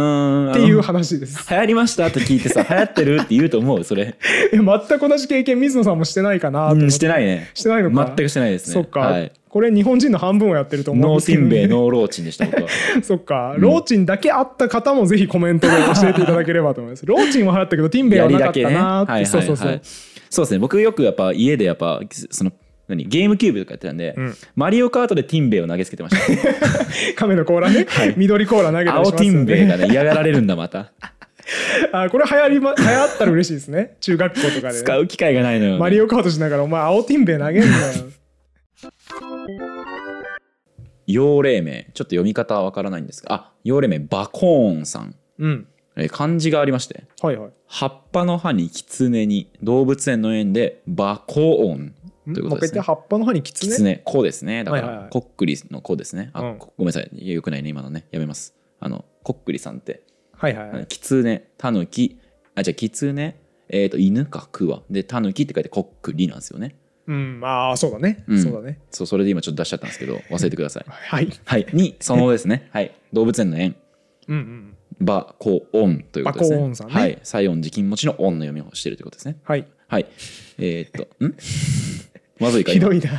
S2: ん
S1: ていう
S2: あの
S1: 話 です
S2: 流行りましたって聞いてさ流行ってるって言うと思うそれ
S1: え全く同じ経験水野さんもしてないかなと思
S2: う
S1: って
S2: んしてないね
S1: してないのか
S2: 全くしてないですね
S1: そっか、
S2: はい
S1: これ日本人の半分をやってると思うん
S2: ノ
S1: で
S2: ー
S1: す
S2: テ
S1: け
S2: ィ
S1: ど、
S2: ンベイ
S1: ね、
S2: ノーローチンでした僕は
S1: そっか、ローチンだけあった方もぜひコメントで教えていただければと思いますローチンは払ったけどティンベイ
S2: や
S1: は
S2: り
S1: なか
S2: だ
S1: った
S2: けね
S1: なー
S2: は
S1: っ
S2: い
S1: て、
S2: はいはい
S1: そ
S2: そうう
S1: そうそう、
S2: ですね僕よくやっぱ家でやっぱその何ゲームキューブとかやってたんで、
S1: ん
S2: マリオカートでティンベイを投げつけてま した
S1: 亀の甲羅ね、緑甲羅投げたりし
S2: 青
S1: ます
S2: テ
S1: よ
S2: ィンベイ
S1: ね
S2: がね嫌がられるんだま た
S1: あこれ流行り、ま、流行ったら嬉しいですね中学校とかで、
S2: 使う機会がないのよ、ね、
S1: マリオカートしながらお前青ティンベイ投 げんなよ
S2: 幼霊名ちょっと読み方はわからないんですがあ幼霊名バコーンさん
S1: うん
S2: えー漢字がありまして
S1: はいはい
S2: 葉っぱの葉に狐に動物園の園でバコーン
S1: ん
S2: という
S1: もう一回言っ
S2: ことです
S1: て
S2: ね
S1: 葉っぱの葉にキツ
S2: 狐
S1: ネ
S2: こうですねだから、
S1: はいはいはい
S2: こっくりのこうですねあ、
S1: うん
S2: こごめんなさいよくないね今のねやめますあのこっくりさんって
S1: はいはい、はい、
S2: キツネ、タヌキ、あ、じゃあキツネ、えっ、と、犬か、クワ。で、タヌキって書いてコックリなんですよね。
S1: うんまあそうだね、
S2: うん
S1: そうだね。
S2: そう、それで今ちょっと出しちゃったんですけど、忘れてください
S1: はい
S2: はい。に、そのです ね、はい。動物園の園、
S1: うんうん
S2: バコオンということですね。
S1: バコオンさんね
S2: はい。西音寺金持ちのオンの読みをしてるということですね。
S1: はい
S2: はい。えっ、と、ん まずいか、
S1: ひ
S2: 今
S1: どいな。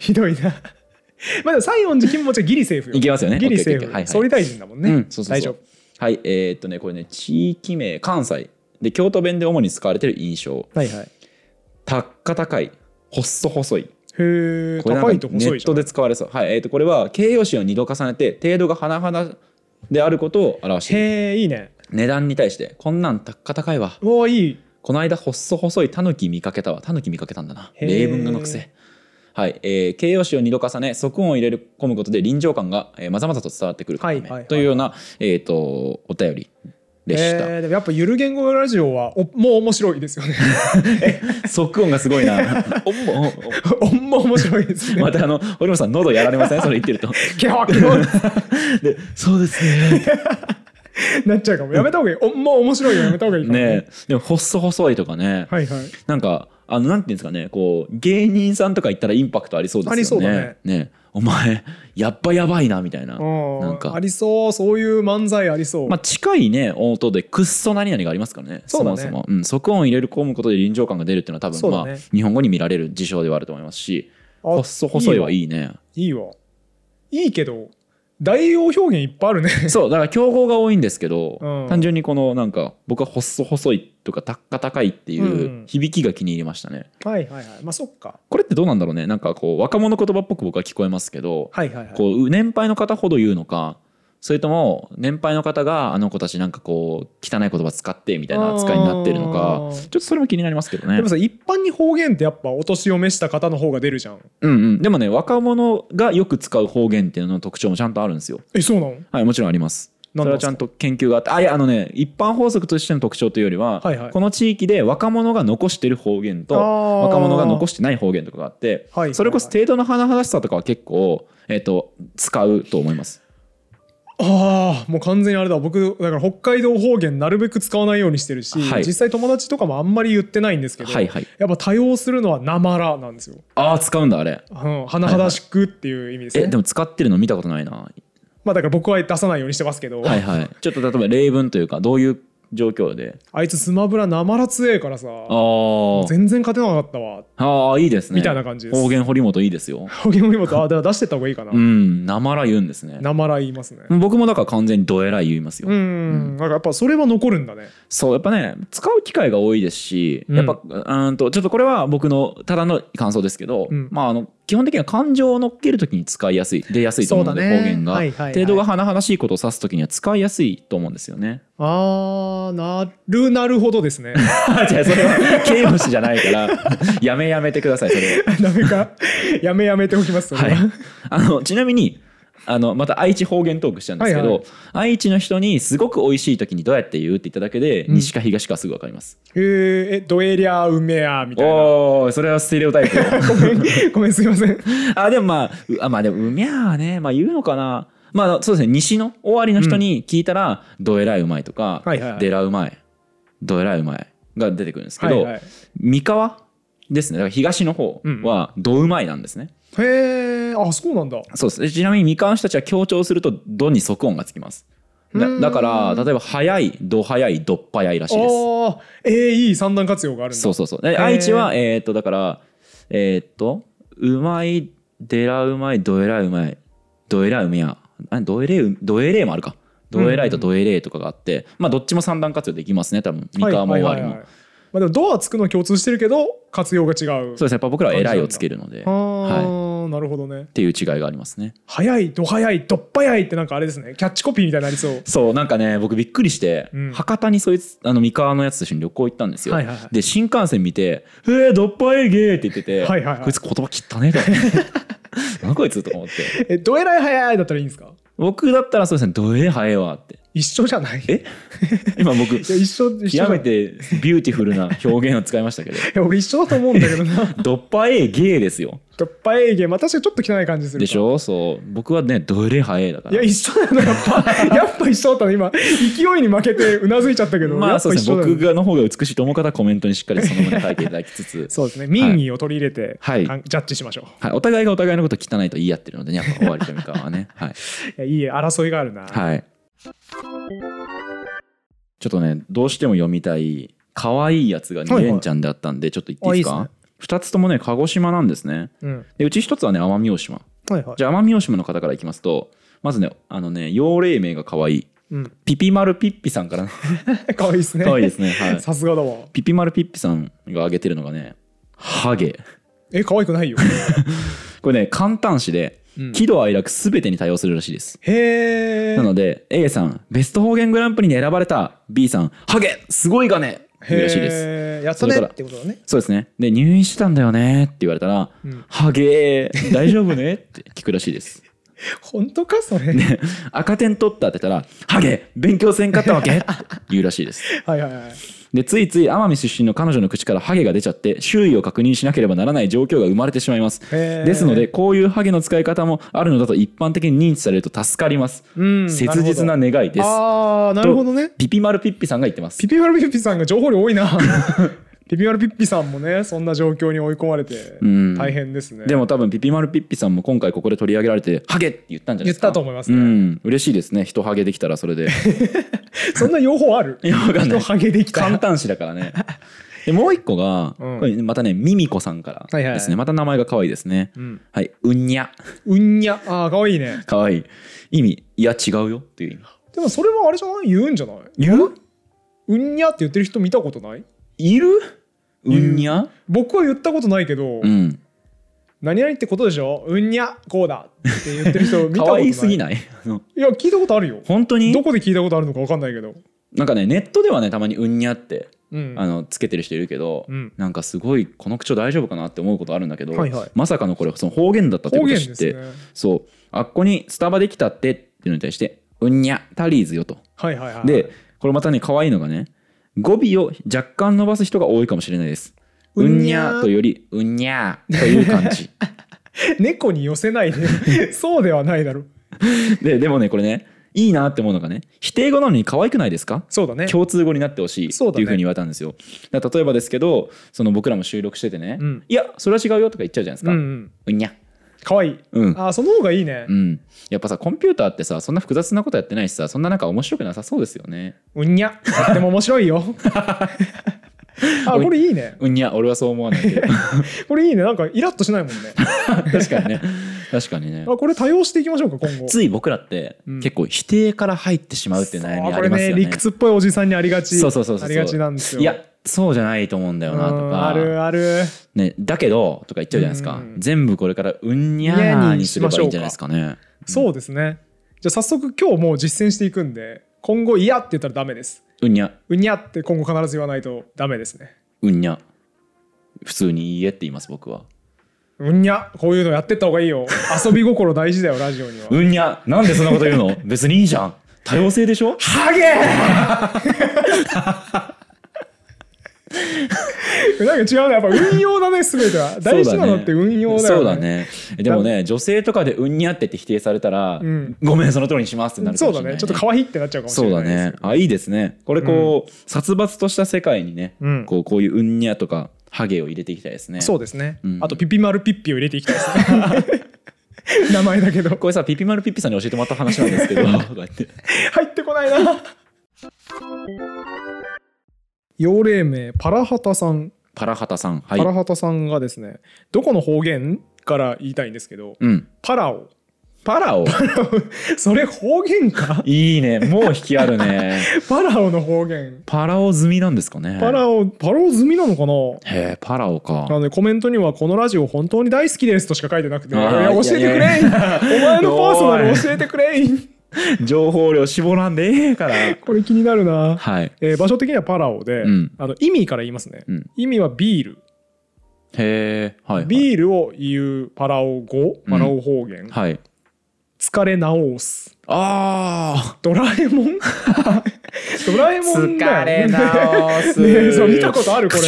S1: ひどいな。まあでも西園寺金持ちはギリセーフよ。
S2: いけますよね
S1: ギリセ
S2: オッケーオッケーオッケーは
S1: ー
S2: いは
S1: フ。
S2: い
S1: 総理大臣だもん
S2: う
S1: ね
S2: ん、。そうそうそう
S1: 大丈夫。
S2: はい。えっ、とね、これね、地域名、関西。で、京都弁で主に使われてる印象。
S1: はいはい。
S2: たっか高い、ほっそ細い。
S1: へえ、
S2: これなん
S1: 高
S2: か
S1: いと
S2: ネ
S1: 細い
S2: ッ
S1: じゃ
S2: ト
S1: ん。
S2: で使われそう。はい、えっ、と、これは形容詞を2度重ねて、程度が甚々であることを表している。
S1: へえ、いいね。
S2: 値段に対して、こんなん高高いわ。
S1: おお、いい。
S2: この間、細細いタヌキ見かけたわ。タヌキ見かけたんだな。
S1: へー
S2: 例文がのくせ。はい、えー形容詞を2度重ね、即音を入れ込むことで臨場感が、えーまざまざと伝わってくるた
S1: は
S2: め、
S1: いはいはい
S2: というような、えっ、と、お便りでし
S1: えーでもやっぱゆる言語ラジオはおもう面白いですよね。
S2: た。 即音がすごい な。おんぼおんぼ
S1: おんも面白いですね。
S2: またあの、堀本さん、喉やられ ませんそれ言ってると。
S1: キャワキャワって
S2: で、そうですね。
S1: なっちゃうかも。やめた方がいい。おんも面白いよ。やめた方がいいかも。
S2: ねえでも細細いとかね、
S1: はいはい。
S2: なんかあのなんていうんですかねこう芸人さんとか言ったらインパクトありそうですよね
S1: ありそうだね
S2: お前やっぱやばいなみたいな、
S1: うん
S2: なんか
S1: ありそうそういう漫才ありそう、
S2: まあ、近いね音でくっそ何々がありますからね
S1: そうだね
S2: もそも、うん、即音入れる込むことで臨場感が出るっていうのは多
S1: そ
S2: 分、
S1: うだ
S2: ま
S1: ね
S2: あ日本語に見られる事象ではあると思いますし
S1: あ
S2: 細細いはいいいね
S1: いいいわいいけど代用表現いっぱいあるね
S2: そうだから競合が多いんですけど、
S1: うん
S2: 単純にこのなんか僕は細細いとか高高いって
S1: うん
S2: いう響きが気に入りましたね、
S1: はいはいはいまあそっか
S2: これってどうなんだろうねなんかこう若者言葉っぽく僕は聞こえますけど、
S1: はいはいはい
S2: こう年配の方ほど言うのかそれとも年配の方があの子たちなんかこう汚い言葉使ってみたいな扱いになってるの
S1: あ
S2: か
S1: ー
S2: ちょっとそれも気になりますけどね
S1: でもさ一般に方言ってやっぱお年を召した方の方が出るじゃん
S2: うんうん、でもね若者がよく使う方言っていうのの特徴もちゃんとあるんですよ
S1: えそうなの
S2: はいもちろんあります
S1: な
S2: そ
S1: んなん
S2: れは
S1: ですか
S2: ちゃんと研究があってあいやあのね一般法則としての特徴というよりは、
S1: はいはい
S2: この地域で若者が残してる方言と若
S1: 若
S2: 者が残
S1: し
S2: してない方言とかがあって、
S1: はいはいはい
S2: それこそ程度の華々しさとかは結構、えっと使うと思います
S1: ああもう完全にあれだ僕だから北海道方言なるべく使わないようにしてるし、
S2: はい
S1: 実際友達とかもあんまり言ってないんですけど、
S2: はいはい
S1: やっぱ多用するのは「なまら」なんですよ。
S2: ああ使うんだあれ
S1: うん、甚だしくっていう意味ですね。
S2: えでも使ってるの見たことないな
S1: まあだから僕は出さないようにしてますけど、
S2: はいはいちょっと例えば例文というかどういう状況で
S1: あいつスマブラなまら強えからさ
S2: あー
S1: 全然勝てなかったわ
S2: あーいいですね
S1: みたいな感じです
S2: 方言堀本いいですよ
S1: 方言もあだから出してった方がいいかな。
S2: うん、なまら言うんですね。
S1: なまら言いますね。
S2: 僕もだから完全にどえらい言いますよ、
S1: うん、なんかやっぱそれは残るんだね。
S2: そうやっぱね使う機会が多いですし、
S1: うん
S2: やっぱうーんとちょっとこれは僕のただの感想ですけど、
S1: うん
S2: まああの基本的には感情を乗っけるときに使いやすい出やすいと思うので
S1: そうだね
S2: 方言が、
S1: はいはいはい
S2: 程度が華々しいことを指すときには使いやすいと思うんですよ ね。
S1: あーなるなるほど ですね。
S2: じゃあそれは形容詞じゃないから やめやめてくださいそれは。
S1: ダメかやめやめておきます。それ
S2: はい
S1: は、
S2: あのちなみにあのまた愛知方言トークしちゃうんですけど、
S1: はいは
S2: 愛知の人にすごく美味しい時にどうやって言うって言っただけで、
S1: うん
S2: 西か東かすぐ分かります
S1: えーえドエリアウメアみたいな。
S2: おおそれはステレオタイプ
S1: ごめん ごめんすいません。
S2: あでもまあうあまあでもうみゃーねまあ言うのかなまあそうですね西の終わりの人に聞いたら「どえらいうまい」とか
S1: はいはいはい
S2: でらうまい」「どえらいうまい」が出てくるんですけど、
S1: はいはい
S2: 三河ですねだから東の方は「どうまい」なんですね、
S1: へえあそうなんだ。
S2: そうですでちなみに未完人たちは強調すると「ど」に即音がつきますだ
S1: うん
S2: だから例えば「早い」「ど早い」「どっ早い」らしいです
S1: ああーえー、いい三段活用があるんだ。
S2: そうそうそうで愛知はえーっとだからえーっと「うまい」「でらうまい」「どえらいうまい」「どえらうみや」あ「どえれう」「どえれもあるか「どえらい」と「どえれ」とかがあって、まあどっちも三段活用できますね多分三河も終わりも、
S1: いまあ、でもドアつくのは共通してるけど活用が違う。
S2: そうですねやっぱ僕らは「えらい」をつけるので、
S1: あ
S2: はい、っ
S1: ー、なるほどね。
S2: ていう違いがありますね
S1: 早い、ど早い、どっ早いってなんかあれですね。キャッチコピーみたいになりそう。
S2: そうなんかね僕びっくりして、
S1: うん
S2: 博多にそいつあの三河のやつと一緒に旅行行ったんですよ、
S1: はいはいはい
S2: で新幹線見て 「えー、どっぱいゲー」って言ってて
S1: はいはいはい
S2: こいつ言葉汚ねえだろ 何こいつとか思って
S1: え、どえらい早いだったらいいんですか
S2: 僕だったらそうですね「どえ早えわ」って
S1: 一緒じゃない。
S2: え今僕
S1: いや一緒一緒じゃ
S2: 極
S1: ない
S2: めてビューティフルな表現を使いましたけ ど
S1: いや俺一緒だと思うんだ けどな。
S2: 「どっぱいゲー」ですよ
S1: ドッパエーゲまあ確かにちょっと汚い感じするか
S2: でしょそう僕はね「どえ早え」だか
S1: いや
S2: ら
S1: 一緒だよなやっぱ やっぱ一緒だったの今勢いに負けてうなずいちゃったけど、
S2: ま
S1: や
S2: あ
S1: っ
S2: そ
S1: ぱ
S2: うで
S1: 一
S2: す
S1: 緒
S2: ね
S1: だよ
S2: 僕がの方が美しいと思う方はコメントにしっかりその旨書いていただき つつ
S1: そうですね民意を取り入れて、
S2: はい
S1: かんジャッジしましょう
S2: はい、お互いがお互いのこと汚いと言い合ってるのでね、やっぱ終わりとみか はね。はい。
S1: いやいいえ争いがあるな、
S2: はい。ちょっとね、どうしても読みたい、可愛いやつが2連チャンであったんで、ちょっと言っていいです
S1: あいい
S2: か
S1: で
S2: 二2つともね、鹿児島なんですね。
S1: うん
S2: で、うち1つはね、奄美大島。
S1: はいはい
S2: じゃあ、奄美大島の方からいきますと、まずね、あのね、幼霊名が可愛い。
S1: うん
S2: ピピマルピッピさんからの、
S1: 可愛いですね
S2: 可愛いですね。 はい。
S1: さすがだわ
S2: ピピマルピッピさんが挙げてるのがね、ハゲ。
S1: え可愛く ないよ
S2: これね、簡単詞で、
S1: うん
S2: 喜怒哀楽すべてに対応するらしいです。
S1: へえ
S2: なので A さんベスト方言グランプリに選ばれた B さんハゲすごいがね嬉しいです
S1: やったねってことだね
S2: そうですねで入院してたんだよねって言われたら、
S1: うん
S2: ハゲー大丈夫ねって聞くらしいです
S1: 本当かそれ、
S2: 赤点取ったって言ったらハゲ勉強せんかったわけって言うらしいです
S1: はいはいはい
S2: でついつい奄美出身の彼女の口からハゲが出ちゃって周囲を確認しなければならない状況が生まれてしまいます
S1: へー
S2: ですのでこういうハゲの使い方もあるのだと一般的に認知されると助かります、
S1: うん
S2: 切実な願いです
S1: ああなるほどね
S2: ピピマルピッピさんが言ってます
S1: ピピファルピピさんが情報量多いなピピマルピッピさんもねそんな状況に追い込まれて
S2: うん
S1: 大変ですね、
S2: でも多分ピピマルピッピさんも今回ここで取り上げられてハゲって言ったんじゃな
S1: 言
S2: いで
S1: っ
S2: すか
S1: たと思いますね、
S2: うん嬉しいですね人ハゲできたらそ れで
S1: そんな用法ある
S2: いやわかんな
S1: 人
S2: い
S1: ハゲできた
S2: 簡単詞だか らねでもう一個が、
S1: うん
S2: これまたねミミコさんからですね、
S1: はいはいはい
S2: また名前が可愛いですね
S1: うん、
S2: はいうんにゃ
S1: うんにゃあーかわいいね
S2: 可愛い意味いや違うよっていう意味
S1: でもそれはあれじゃない言うんじゃない
S2: 言う
S1: うんにゃって言ってる人見たことない
S2: いるうんにゃ
S1: 僕は言ったことないけど、
S2: うん
S1: 何々ってことでしょうんにゃこうだって言ってる人見たことな
S2: 可
S1: い
S2: 愛すぎない あの
S1: いや聞いたことあるよ
S2: 本当に
S1: どこで聞いたことあるのか分かんないけど
S2: なんかねネットではねたまにうんにゃって
S1: うん
S2: あのつけてる人いるけど、
S1: うん
S2: なんかすごいこの口調大丈夫かなって思うことあるんだけど、
S1: はいはい
S2: まさかのこれその方言だったって
S1: 方
S2: こと
S1: 言
S2: 知
S1: で
S2: っ
S1: す
S2: て、
S1: ね
S2: そうあっこにスタバできたってっていうのに対して「うんにゃタリーズよ」と。
S1: はいはいはい
S2: でこれまたね可愛いのがね語尾を若干伸ばす人が多いかもしれないです。
S1: う
S2: うんん
S1: に
S2: に
S1: ゃ
S2: ゃというより「うんにゃ」という感じ
S1: 猫に寄せない でそうではないだろ
S2: ででもねこれねいいなって思うのがね否定語なのに可愛くないですか
S1: そうだね
S2: 共通語になってほしいって
S1: そう
S2: い
S1: だ
S2: う
S1: ね
S2: ふうに言われたんですよ。だから例えばですけどその僕らも収録しててね「
S1: うん
S2: いやそれは違うよ」とか言っちゃうじゃないです
S1: う
S2: か。
S1: んう
S2: うんんにゃ
S1: かわいい
S2: うん
S1: あーその方がいいね
S2: うん、やっぱさコンピューターってさそんな複雑なことやってないしさそんななんか面白くなさそうですよね
S1: うんにゃとっても面白い よあこれいいね
S2: うんにゃ俺はそう思わないけ ど
S1: これいいねなんかイラッとしないもん ね
S2: 確かにね確かにね
S1: あこれ多用していきましょうか今後
S2: つい僕らって
S1: うん
S2: 結構否定から入ってしまうっていう悩
S1: そ
S2: み
S1: う
S2: ありますよね
S1: これね理屈っぽいおじさんにありがち
S2: そうそうそうそう
S1: ありがちなんですよ
S2: いやそうじゃないと思うんだよな
S1: う
S2: と
S1: んある
S2: か、
S1: ある
S2: ね、だけどとか言っちゃうじゃないですか
S1: うん
S2: 全部これからうんにゃーにすればいいんじゃないですかね
S1: そうですねじゃあ早速今日もう実践していくんで今後「いや」って言ったらダメです
S2: うんにゃ
S1: 「うにゃ」って今後必ず言わないとダメですね
S2: うんにゃ普通にいいえって言います僕は
S1: 「うんにゃ」こういうのやってった方がいいよ遊び心大事だよラジオには
S2: うんにゃなんでそんなこと言うの 別にいいじゃん多様性でしょ
S1: ハゲーなんか違うねやっぱ運用だね全ては 大事なのって運用だよね
S2: そうだねでもね女性とかでうんにゃってって否定されたら、
S1: うん
S2: ごめんその通りにしますってなるか
S1: そ
S2: も
S1: う
S2: し
S1: だ
S2: れない、
S1: ねちょっと可愛いってなっちゃうかもし
S2: そう
S1: れない
S2: だ
S1: です
S2: ねあいいですねこれこう、殺伐とした世界にね、
S1: うん
S2: こうこういううんにゃとかハゲを入れていきたいですね
S1: そうですね、
S2: うん
S1: あとピピマルピッピを入れていきたい ですね名前だけど
S2: これさピピマルピッピさんに教えてもらった話な んですけどこうやって
S1: 入ってこないな幼霊名パラハタさん、
S2: パラハタさんはい
S1: パラハタさんがですねどこの方言から言いたいんですけど
S2: うん
S1: パラオ
S2: パラオ
S1: それ方言か
S2: いいねもう引きあるね
S1: パラオの方言
S2: パラオ済みなんですかね
S1: パラオパラオ済みなのかな
S2: へえパラオか
S1: あ のね、コメントには「このラジオ本当に大好きです」としか書いてなくて「い
S2: あー
S1: や教えてくれ
S2: いやい
S1: ん!」「お前 のパーソナル教えてくれん!」
S2: 情報量絞らんでええから
S1: これ気になるな、
S2: はい
S1: えー場所的にはパラオで、
S2: うん
S1: あの意味から言いますね、
S2: うん
S1: 意味はビール
S2: へえはい
S1: ビールを言うパラオ語パラオ方言、
S2: はい
S1: 疲れ直す
S2: あ
S1: ドラえも んドラえもんだよね
S2: 直 す
S1: ねえそう見たことあるこれ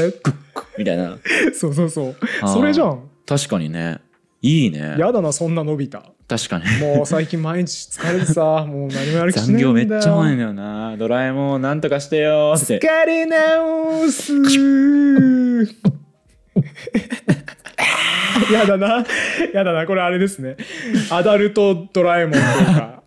S2: みたいな
S1: そうそうそう
S2: あー
S1: それじゃん
S2: 確かにねいいね
S1: やだなそんな伸びた
S2: 確かに
S1: もう最近毎日疲れてさもう何もやる気し
S2: 残
S1: ない
S2: 業めっ
S1: ん
S2: ち
S1: だよ
S2: ゃ多いんだよなドラえもんをなんとかしてよーって
S1: 疲れ直すやだなやだなこれあれですねアダルトドラえもんというか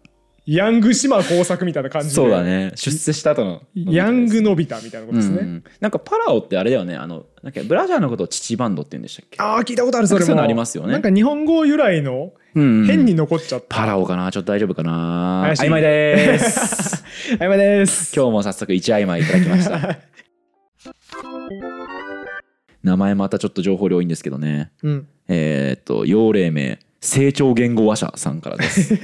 S1: ヤング島工作みたいな感じで
S2: そうだね出世した後の
S1: ヤングのび太みたいなこと
S2: うん
S1: で
S2: う
S1: すね、
S2: んなんかパラオってあれだよねあのなんかブラジャーのことをチチバンドって言うんでしたっけ
S1: ああ聞いたことあるそれ
S2: そういう
S1: も
S2: のありますよね
S1: なんか日本語由来の
S2: うん
S1: 変に残っちゃった、
S2: パラオかなちょっと大丈夫かな
S1: 怪しい
S2: 曖昧でーす
S1: あやばいです
S2: 今日も早速一曖昧いただきました 名前またちょっと情報量多いんですけどね
S1: うん、
S2: えーっと幼霊名成長言語話者さんか らです、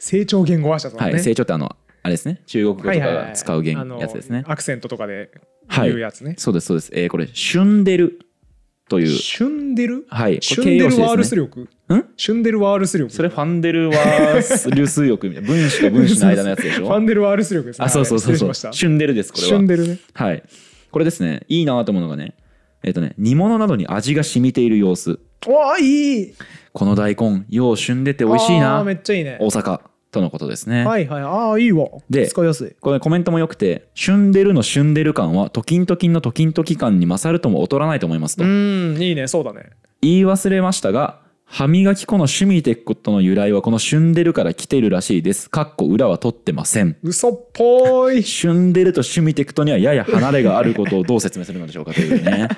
S1: 成長言語話者さんね、
S2: はい成長ってあのあれですね中国語とかが使う言
S1: あの
S2: やつですね、
S1: アクセントとかで
S2: はい
S1: 言うやつね、
S2: そうですそうです。えーこれシュンデルという
S1: シュンデル
S2: はい。
S1: シュンデルワールス
S2: 力。
S1: 力、
S2: ん
S1: シュンデルワールス力
S2: それファンデルワースルス力みたいな分子と分子の間のやつでし
S1: ファ
S2: ょ。
S1: ンデルワールス力ですね
S2: あそうそうそう
S1: 失
S2: そ
S1: 礼
S2: う。
S1: しまし
S2: シュンデルです
S1: た
S2: こ
S1: シュン
S2: れ
S1: デルね
S2: は。はい。これですね。いいなと思うのがね。えっ、とね煮物などに味が染みている様子。
S1: おーいい
S2: この大根よう旬でて美味しい
S1: あ
S2: な
S1: ーめ。っちゃいいね
S2: 大阪。とのことですね。
S1: はいはいああいいわ
S2: で
S1: 使いやすい
S2: これコメントも良くて「旬でるの旬でる感はトキントキンのトキントキ感に勝るとも劣らないと思います」
S1: う
S2: と
S1: ーんいいねそうだね
S2: 言い忘れましたが歯磨き粉の趣味でことの由来はこの「旬でる」から来てるらしいです。かっこ裏は取ってません。
S1: 嘘っぽ い
S2: シュンデルとシュミテクトにはやや離れがあることをどう説明するのでしょうかとい うね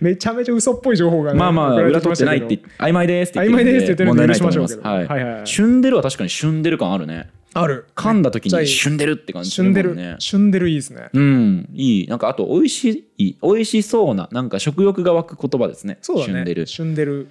S1: めちゃめちゃ嘘っぽい情報がね
S2: まあまあ
S1: 送られ
S2: 裏
S1: き
S2: 取
S1: ま
S2: っ
S1: してた
S2: ない
S1: け
S2: っ
S1: ど
S2: て曖昧ですって
S1: 曖
S2: 言
S1: 昧
S2: ってるん
S1: で
S2: です
S1: って言ってるんで
S2: 問題
S1: 許
S2: ない
S1: し
S2: と
S1: まし
S2: 思い
S1: ょう
S2: ま
S1: け
S2: す
S1: ど
S2: はい、
S1: はいはい
S2: シュンデルは確かにシュンデル感あるね
S1: ある
S2: 噛んだ時
S1: じゃあ
S2: にシュンデルって感じ
S1: しゅんで
S2: もんね
S1: るしゅんでるいいですね
S2: うんいいなんかあと美味しい美味しそうななんか食欲が湧く言葉ですね
S1: そうだ
S2: シュン
S1: ね
S2: デル
S1: しゅんでる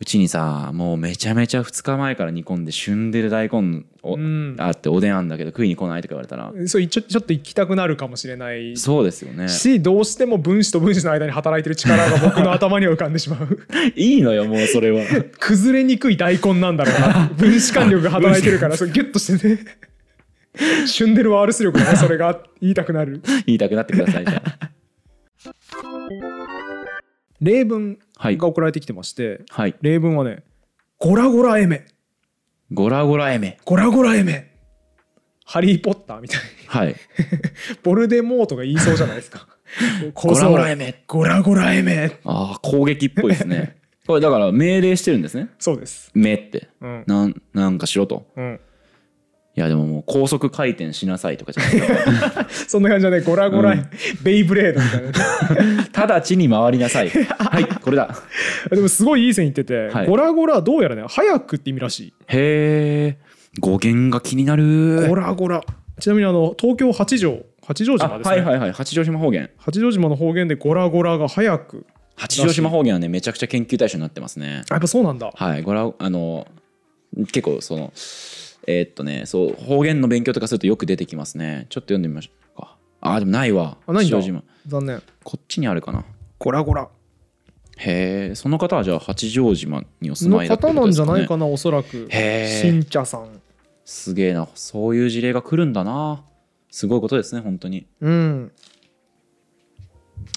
S2: うちにさもうめちゃめちゃ2日前から煮込んでシュンデル大根
S1: う
S2: を、
S1: ん
S2: あっておでんあんだけど食いに来ないとか言われたら、
S1: そうちょちょっと行きたくなるかもしれない
S2: そうですよね
S1: しどうしても分子と分子の間に働いてる力が僕の頭には浮かんでしまう
S2: いいのよもうそれは
S1: 崩れにくい大根なんだろうな分子間力が働いてる からそれギュッとしてねシュンデルワールス力だ ねそれが言いたくなる
S2: 言いたくなってくださいじゃあ
S1: 例文
S2: はい
S1: が送られてきてまして、
S2: はい
S1: 例文はね「ゴラゴラエメ
S2: ゴラゴラエメ
S1: ゴラゴラエメ」ハリー・ポッターみたい
S2: はい
S1: にボルデモートが言いそうじゃないです か
S2: ゴ
S1: ゴ
S2: ラゴラエメ
S1: ゴラゴラエメ
S2: ああ攻撃っぽいです ねこれだから命令してるんですね
S1: そうです
S2: 「目」って
S1: うん
S2: なんなんかしろと
S1: うん
S2: いやでももう高速回転しなさいとかじゃなくて
S1: そんな感じだねゴラゴラ、
S2: うん
S1: ベイブレードみたいな
S2: 直ちに回りなさいはいこれだ
S1: でもすごいいい線いってて、
S2: はい
S1: ゴラゴラはどうやらね早くって意味らし
S2: へえ語源が気にないる
S1: ゴラゴラちなみにあの東京八丈八丈
S2: あ
S1: 島ですね、
S2: はいはいはい八丈島方言
S1: 八丈島の方言でゴラゴラが早く
S2: 八丈島方言はねめちゃくちゃ研究対象になってますね
S1: あやっぱそうなんだ
S2: はいごらあの結構そのえーっとねそう方言の勉強とかするとよく出てきますねちょっと読んでみましょうかあーでもないわ
S1: あないんだ
S2: 八丈島
S1: 残念
S2: こっちにあるかな
S1: ゴラゴラ
S2: へえその方はじゃあ八丈島にお住ま
S1: の
S2: いだって
S1: 方
S2: こ
S1: な
S2: と
S1: ん
S2: で
S1: じ
S2: す
S1: ゃ
S2: か、ね、
S1: ないかなおそらく
S2: へー
S1: 新茶さん
S2: すげえなそういう事例が来るんだなすごいことですね本当に
S1: うん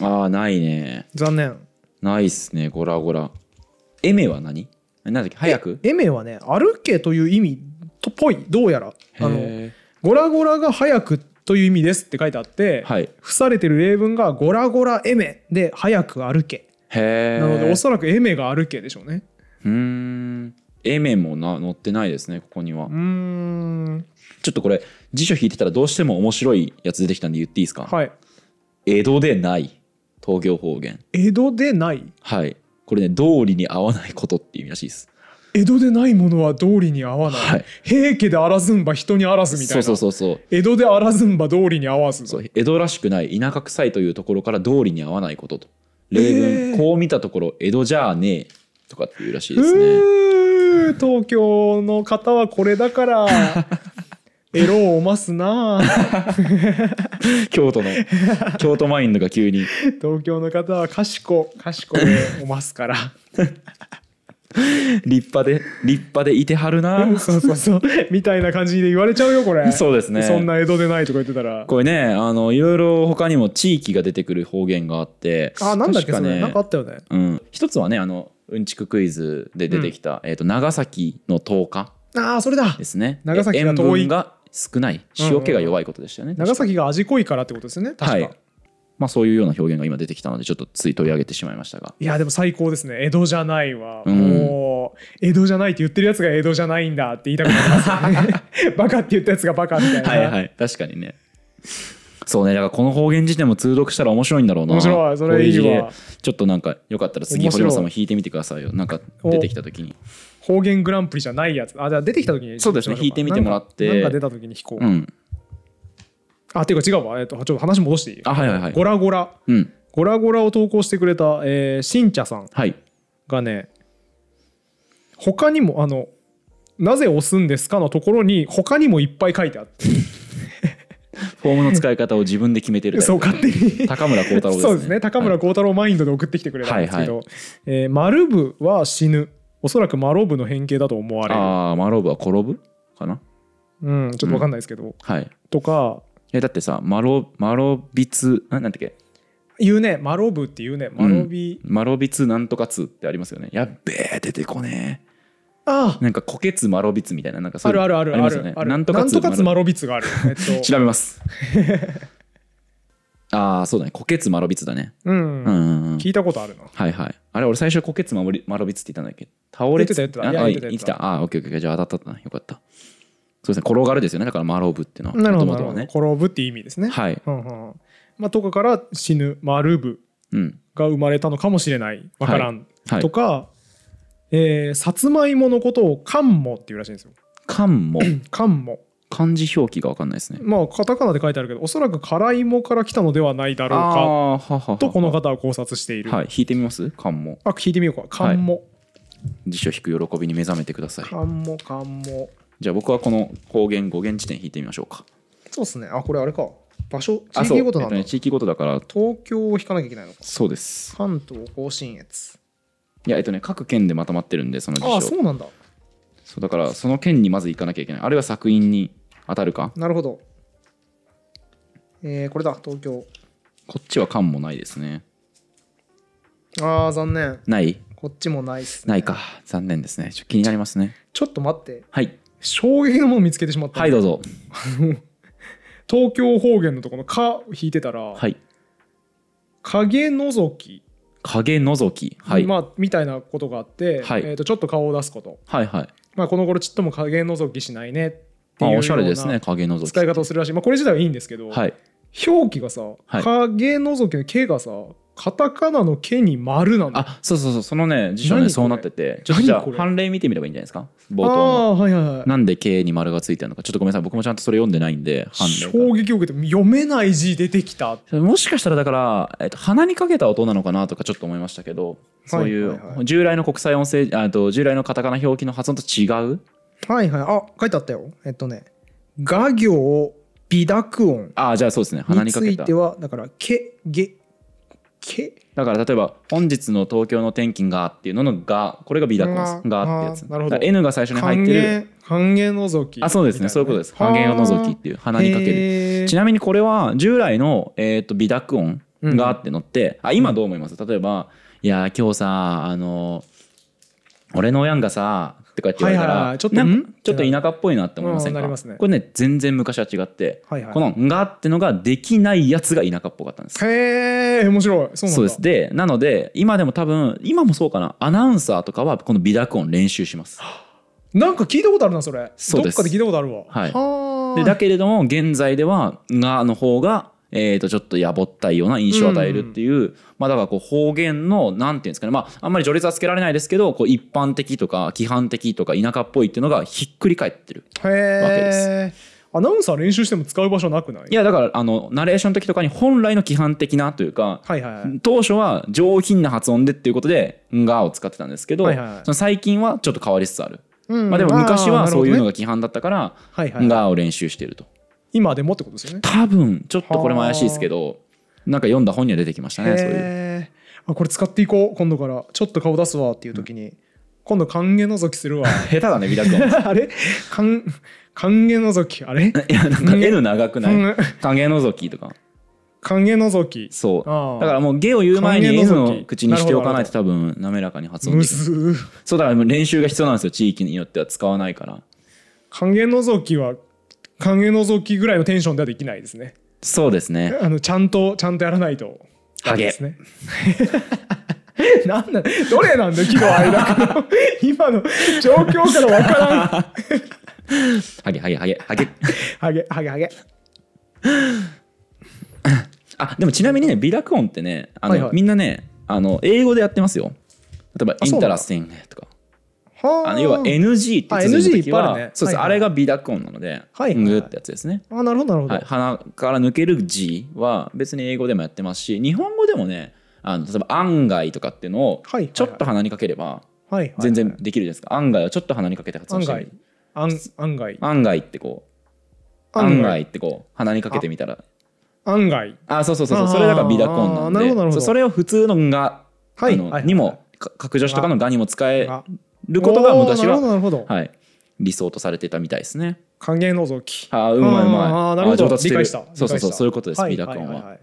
S2: ああないね
S1: 残念
S2: ないっすねゴラゴラエメは何なんだっけ早く
S1: エメはね歩けという意味とっぽいどうやらあの
S2: へ
S1: ゴラゴラが早くという意味ですって書いてあって、
S2: えはいへ
S1: 付されてる例文が「ゴラゴラエメ」で「早く歩け」
S2: え
S1: なのでお
S2: う
S1: そらくエメが歩けでしょうね
S2: ーんエメもな載ってないですねここには
S1: うーん
S2: ちょっとこれ辞書引いてたらどうしても面白いやつ出てきたんで言っていいですか、
S1: はい
S2: 江戸でない東京方言
S1: 江戸でない
S2: はいこれね道理に合わないことっていう意味らしいです
S1: 江戸でないものは道理に合わない、
S2: はい
S1: 平家であらずんば人にあらずみたい
S2: そう
S1: な
S2: そうそうそう
S1: 江戸であらずんば道理に合わず
S2: そう江戸らしくない田舎臭いというところから道理に合わないことと例文、
S1: えー
S2: こう見たところ江戸じゃあねえとかっていうらしいですね
S1: うー東京の方はこれだから エロをおますなあ
S2: 京都の京都マインドが急に
S1: 東京の方は賢賢でおますから
S2: 立派で立派でいてはるな
S1: そうそうそうみたいな感じで言われちゃうよこれ
S2: そうですね
S1: そんな江戸でないとか言ってたら
S2: これねあのいろいろ他にも地域が出てくる方言があって
S1: あなんだっけ、
S2: 確
S1: そ
S2: か
S1: れ
S2: ね
S1: なんかあったよね
S2: うん、一つはねあのうんちくクイズで出てきた、えー、と長崎の10日
S1: ああそれだ
S2: ですね
S1: 長崎が遠い
S2: え塩分が少ない塩気が弱いことでしたよね、
S1: 長崎が味濃いからってことですよね確か、、
S2: はいいまあ、そういうような表現が今出てきたのでちょっとつい取り上げてしまいましたが
S1: やでも最高ですね江戸じゃないわ、
S2: うん
S1: もう江戸じゃないって言ってるやつが江戸じゃないんだって言いたくなりますよね バカって言ったやつがバカみたいな
S2: はい 確かにねそうねだからこの方言辞典も通読したら面白いんだろうな
S1: 面白いそれいいわ
S2: こうう事例ちょっとなんかよかったら次
S1: 面白い
S2: 堀本さんも弾いてみてくださいよなんか出てきた時に
S1: 方言グランプリじゃないやつあじゃあ出てきた時に
S2: そうです
S1: しまし
S2: ね
S1: ょか
S2: 引いてみてもらって
S1: なんかなんか出た時に引こう、
S2: うん
S1: あっていうか違うわ、えっとちょっと話戻していい
S2: あはいはいはい
S1: ゴラゴラ
S2: うん
S1: ゴラゴラを投稿してくれた、えー、しんちゃさん
S2: はい
S1: がね他にもあの「なぜ押すんですか?」のところに他にもいっぱい書いてあ って
S2: フォームの使い方を自分で決めてるタイプ
S1: そう勝手に
S2: 高村光太郎ですね
S1: そうですね高村光太郎マインドで送ってきてくれたんですけど「えー丸部は死ぬ」おそらくマロブの変形だと思われる、
S2: ああマローブは転ぶかな
S1: うん、ちょっと分かんないですけど、
S2: はい
S1: とか
S2: えだってさマロマロビツあなんだっけ
S1: 言うねマロブって言うねマロビ、
S2: マロビツなんとかツってありますよねやっべえ出てこねえ
S1: あ
S2: なんか、こけつまろびつみたいな、なんか
S1: あ
S2: そう
S1: あ
S2: いう
S1: るあるある
S2: あり
S1: あ
S2: ますよ
S1: る、
S2: ね
S1: ある
S2: なんとかつ
S1: つまろびつがあ る、えっ
S2: 調
S1: と、
S2: べます。ああ、そうだね。こけつまろびつだね。
S1: うん、
S2: うんうんうん。
S1: 聞いたことあるな
S2: はいはい。あれ、俺最初、こけつまろびまろびつって言ったんだっけ倒れつ
S1: 言ってた言ってた
S2: あ
S1: いや
S2: あ
S1: 言ってた言
S2: 生
S1: っ
S2: き
S1: てた
S2: た。ああ、オッケーオッケーオッケー。じゃあ当たったな。よかった。そうですね。転がるですよね。だから、まろぶっていうのは。
S1: なるほどな
S2: 元
S1: る
S2: 々
S1: ほ
S2: は
S1: ど
S2: ね。
S1: 転ぶって意味ですね、
S2: はい。
S1: うんうんうんまあ、とかから死ぬマルブ
S2: うん。
S1: が生まれたのかもしれないわからん、
S2: はい
S1: と。か、えーさつまいものことをカンモっていうらしいんですよ
S2: 漢も、
S1: カンモ
S2: 漢字表記がわかんないですね。
S1: まあカタカナで書いてあるけどおそらく辛いもから来たのではないだろう
S2: あ
S1: か
S2: あーははは
S1: とこの方は考察している、
S2: はい、弾いてみます漢も。
S1: あ聞いてみようかカンモ、
S2: 辞書引く喜びに目覚めてください。
S1: カンモカンモ
S2: じゃあ僕はこの方言語源地点引いてみましょうか。
S1: そうっすねあこれあれか場所地
S2: あそう
S1: 域ごとなんだ、
S2: えっね地域ごとだから、
S1: 東京を引かなきゃいけないのか
S2: そうです。
S1: 関東甲信越
S2: いや、えっとね、各県でまとまってるんで、その辞
S1: ああ
S2: 書。
S1: そうなんだ
S2: そうだから、その県にまず行かなきゃいけない。あるいは作品に当たるか。
S1: なるほどえー、これだ東京
S2: こっちは漢もないですね。
S1: あー残念
S2: ない
S1: こっちもないっすね
S2: ないか。残念ですね。ちょっと気になりますね。
S1: ちょっと待って
S2: はい。
S1: 衝撃のもの見つけてしまった、
S2: はい、どうぞ。
S1: 東京方言のとこの「か」引いてたら「
S2: はい。
S1: 影のぞき」
S2: 影覗き。はい。
S1: まあ、みたいなことがあって、
S2: はい
S1: えー、とちょっと顔を出すこと、
S2: はいはい。
S1: まあ、この頃ちっとも影のぞきしないねって
S2: まあ、
S1: いうよ
S2: おしゃれで
S1: う
S2: す
S1: な
S2: ね。影覗き。
S1: 使い方をするらしい、まあ、これ自体はいいんですけど、
S2: はい。
S1: 表記がさ、
S2: はい
S1: 影のぞきの「け」がさカタカナの「け」に「丸」なんだ
S2: あそうそうそうそのね辞書
S1: 何こ
S2: ね
S1: れ
S2: そうなっててちょっとじゃ
S1: 何こ
S2: あ
S1: れ
S2: 判例見てみればいいんじゃないですか冒頭の
S1: あーはいはいはい
S2: なんで経営に丸がついてるのかちょっとごめんなさい僕もちゃんとそれ読んでないんで判例
S1: 衝撃を受けて読めない字出てきた
S2: がもしかしたらだから、えっと、鼻にかけた音なのかなとかちょっと思いましたけどそうい
S1: は
S2: う
S1: いはいは
S2: 従来の国際音声あえっと従来のカタカナ表記の発音と違う
S1: はいはいあ書いてあったよえっとね「画行美濁音
S2: ああじゃあそうですね」鼻
S1: に
S2: にか
S1: つ
S2: け
S1: い
S2: た
S1: てはだから「け」「げ」「け」
S2: だから例えば「本日の東京の天気が」っていうのの「が」これが美濁音です
S1: うん
S2: が」ってやつ
S1: あーなるほど
S2: だから N が最初に入ってる
S1: 半減半減のぞき
S2: あそうですねそういうことです半減を除きっていう鼻にかける
S1: る
S2: ちなみにこれは従来の、えー、と美濁音があってのって、あ今どう思います例えば「いやー今日さあの俺の親がさ」とかって言われたら、
S1: はいはいはいちょっと
S2: なん
S1: ん
S2: かちょっと田舎っぽいなって思いませんか、
S1: うんなりますね
S2: これね全然昔は違って、
S1: はいはい
S2: この「が」ってのができないやつが田舎っぽかったんです。
S1: へえ面白いそうなんだ
S2: そうですでなので今でも多分今もそうかなアナウンサーとかはこの美濁音練習します。
S1: なんか聞いたことあるなそれ
S2: そう
S1: ど
S2: で
S1: っ
S2: す
S1: かで聞いたことあるわ
S2: はい
S1: は
S2: でだけれども現在では「が」の方が、えー、とちょっとやぼったいような印象を与えるっていう、まあ、だからこう方言のなんていうんですかね、まあ、あんまり序列はつけられないですけどこう一般的とか規範的とか田舎っぽいっていうのがひっくり返ってる
S1: け
S2: わけで
S1: へえアナウンサー練習しても使う場所なくない
S2: いやだからあのナレーションの時とかに本来の規範的なというか、
S1: はいはいはい
S2: 当初は上品な発音でっていうことで「が」を使ってたんですけど、
S1: はいはいはい
S2: その最近はちょっと変わりつつある、
S1: うん
S2: まあ、でも昔
S1: あー
S2: は
S1: なるほ
S2: そ
S1: ど
S2: う
S1: ね
S2: いうのが規範だったから「
S1: はいはいはい
S2: が」を練習してると。
S1: 今でもってことですよね
S2: 多分ちょっとこれも怪しいですけどなんか読んだ本には出てきましたねそういう
S1: へーあこれ使っていこう今度からちょっと顔出すわっていう時に、今度歓迎のぞきする わ
S2: 下手だね美 濁音
S1: あれ歓歓迎のぞきあれ
S2: いやなんか N 長くない
S1: 歓
S2: 影のぞきとか
S1: 歓迎のぞき
S2: そう
S1: あー
S2: だからもう「ゲ」を言う前に
S1: 歓迎
S2: N
S1: のぞき
S2: の口にしておかないと多分滑らかに発音
S1: む
S2: できない
S1: ずー
S2: そうだからもう練習が必要なんですよ地域によっては使わないから
S1: 歓迎のぞきは歓迎のぞきぐらいのテンションではできないですね
S2: そうですね
S1: あのちゃんとちゃんとやらないと
S2: ハゲ
S1: ですね なんだどれなんだ喜怒哀楽 の今の状況からわからん
S2: ハゲハゲハゲハゲ
S1: ハゲハゲハゲ
S2: あでもちなみにね美濁音ってねあの、
S1: はいはい
S2: みんなねあの英語でやってますよ例えば「
S1: あ
S2: イ
S1: そうなん
S2: ンタ
S1: だ
S2: ラスティング」とか
S1: は
S2: あの要は NG って続い
S1: あ NG
S2: た時
S1: いっぱいあ
S2: は
S1: るね
S2: そうで
S1: は
S2: す、
S1: いはい
S2: あれが美濁音なので「
S1: はいはい
S2: ング」ってやつですね
S1: あなるほどなるほど、
S2: はい、鼻から抜ける字は別に英語でもやってますし日本語でもねあの例えば「案外」とかっていうのを
S1: はいはいはい
S2: ちょっと鼻にかければ
S1: はいはいはい
S2: 全然できるじゃないですか「案外」をちょっと鼻にかけて発音
S1: 案
S2: してみる
S1: 外案案外
S2: 案外ってこう「案外」ってこう鼻にかけてみたら
S1: 案外
S2: あそうそうそうそう
S1: あー
S2: それだから美濁音なん
S1: なるほどなる
S2: で
S1: ほど
S2: そうそれを普通の「が」
S1: はい
S2: あの
S1: はいはい
S2: にもか格助詞とかの「が」にも使え
S1: あ
S2: ることが昔
S1: おーなる
S2: は、
S1: ほどなるほど
S2: はい、理想とされてたみたいですね。
S1: 歓迎のぞき
S2: あーうま
S1: あ
S2: いうまい
S1: ーなるほど
S2: あー上達してる
S1: 理解した
S2: そうそう
S1: 理解
S2: そ
S1: し
S2: う
S1: た
S2: そういうことです
S1: はい
S2: 美濁音は。
S1: いいい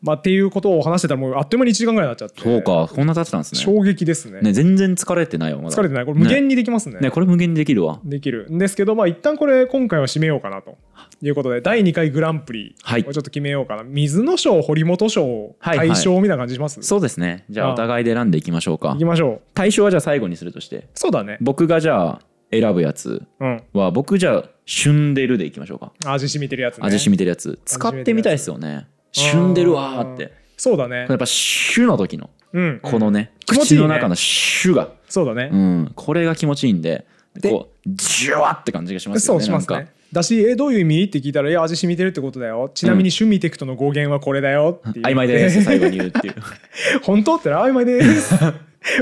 S1: まあ、っていうことを話してたらもうあっという間に1時間ぐらいになっちゃって
S2: そうか、こんな経ってたんですね。
S1: 衝撃ですね
S2: ね、全然疲れてないよ、まだ。
S1: 疲れてないこれ無限にできますね
S2: ね、これ無限にできるわ。
S1: できるんですけどまあ一旦これ今回は締めようかなということで第2回グランプリを
S2: はい
S1: ちょっと決めようかな、水野賞堀本賞
S2: はいはい
S1: 大賞みたいな感じします、
S2: そうですね。じゃ
S1: あ
S2: あ、
S1: あ
S2: お互いで選んでいきましょうか
S1: いき。ましょう
S2: 対象はじゃあ最後にするとして。
S1: そうだね
S2: 僕がじゃあ、選ぶやつ
S1: うん
S2: は、僕じゃあ、シュンデルでいきましょうか。
S1: 味しみてるやつね
S2: 味しみてるやつ。使ってみたいですよね。シュンデルわーって。
S1: そうだね
S2: やっぱ、シュの時の、
S1: うん
S2: このね、
S1: 気持ちい
S2: 口
S1: いね
S2: の中のシュが、
S1: そうだね
S2: う、ん、これが気持ちいいんで、
S1: で
S2: こう、ジュワって感じがします
S1: そ
S2: よね。
S1: うします
S2: なん
S1: ね
S2: か。
S1: だしえどういう意味って聞いたら「いや味しみてるってことだよちなみに趣味テクトの語源はこれだよ」って言って
S2: 曖昧です、最後に言うっていう。
S1: 本当って言ったら曖昧です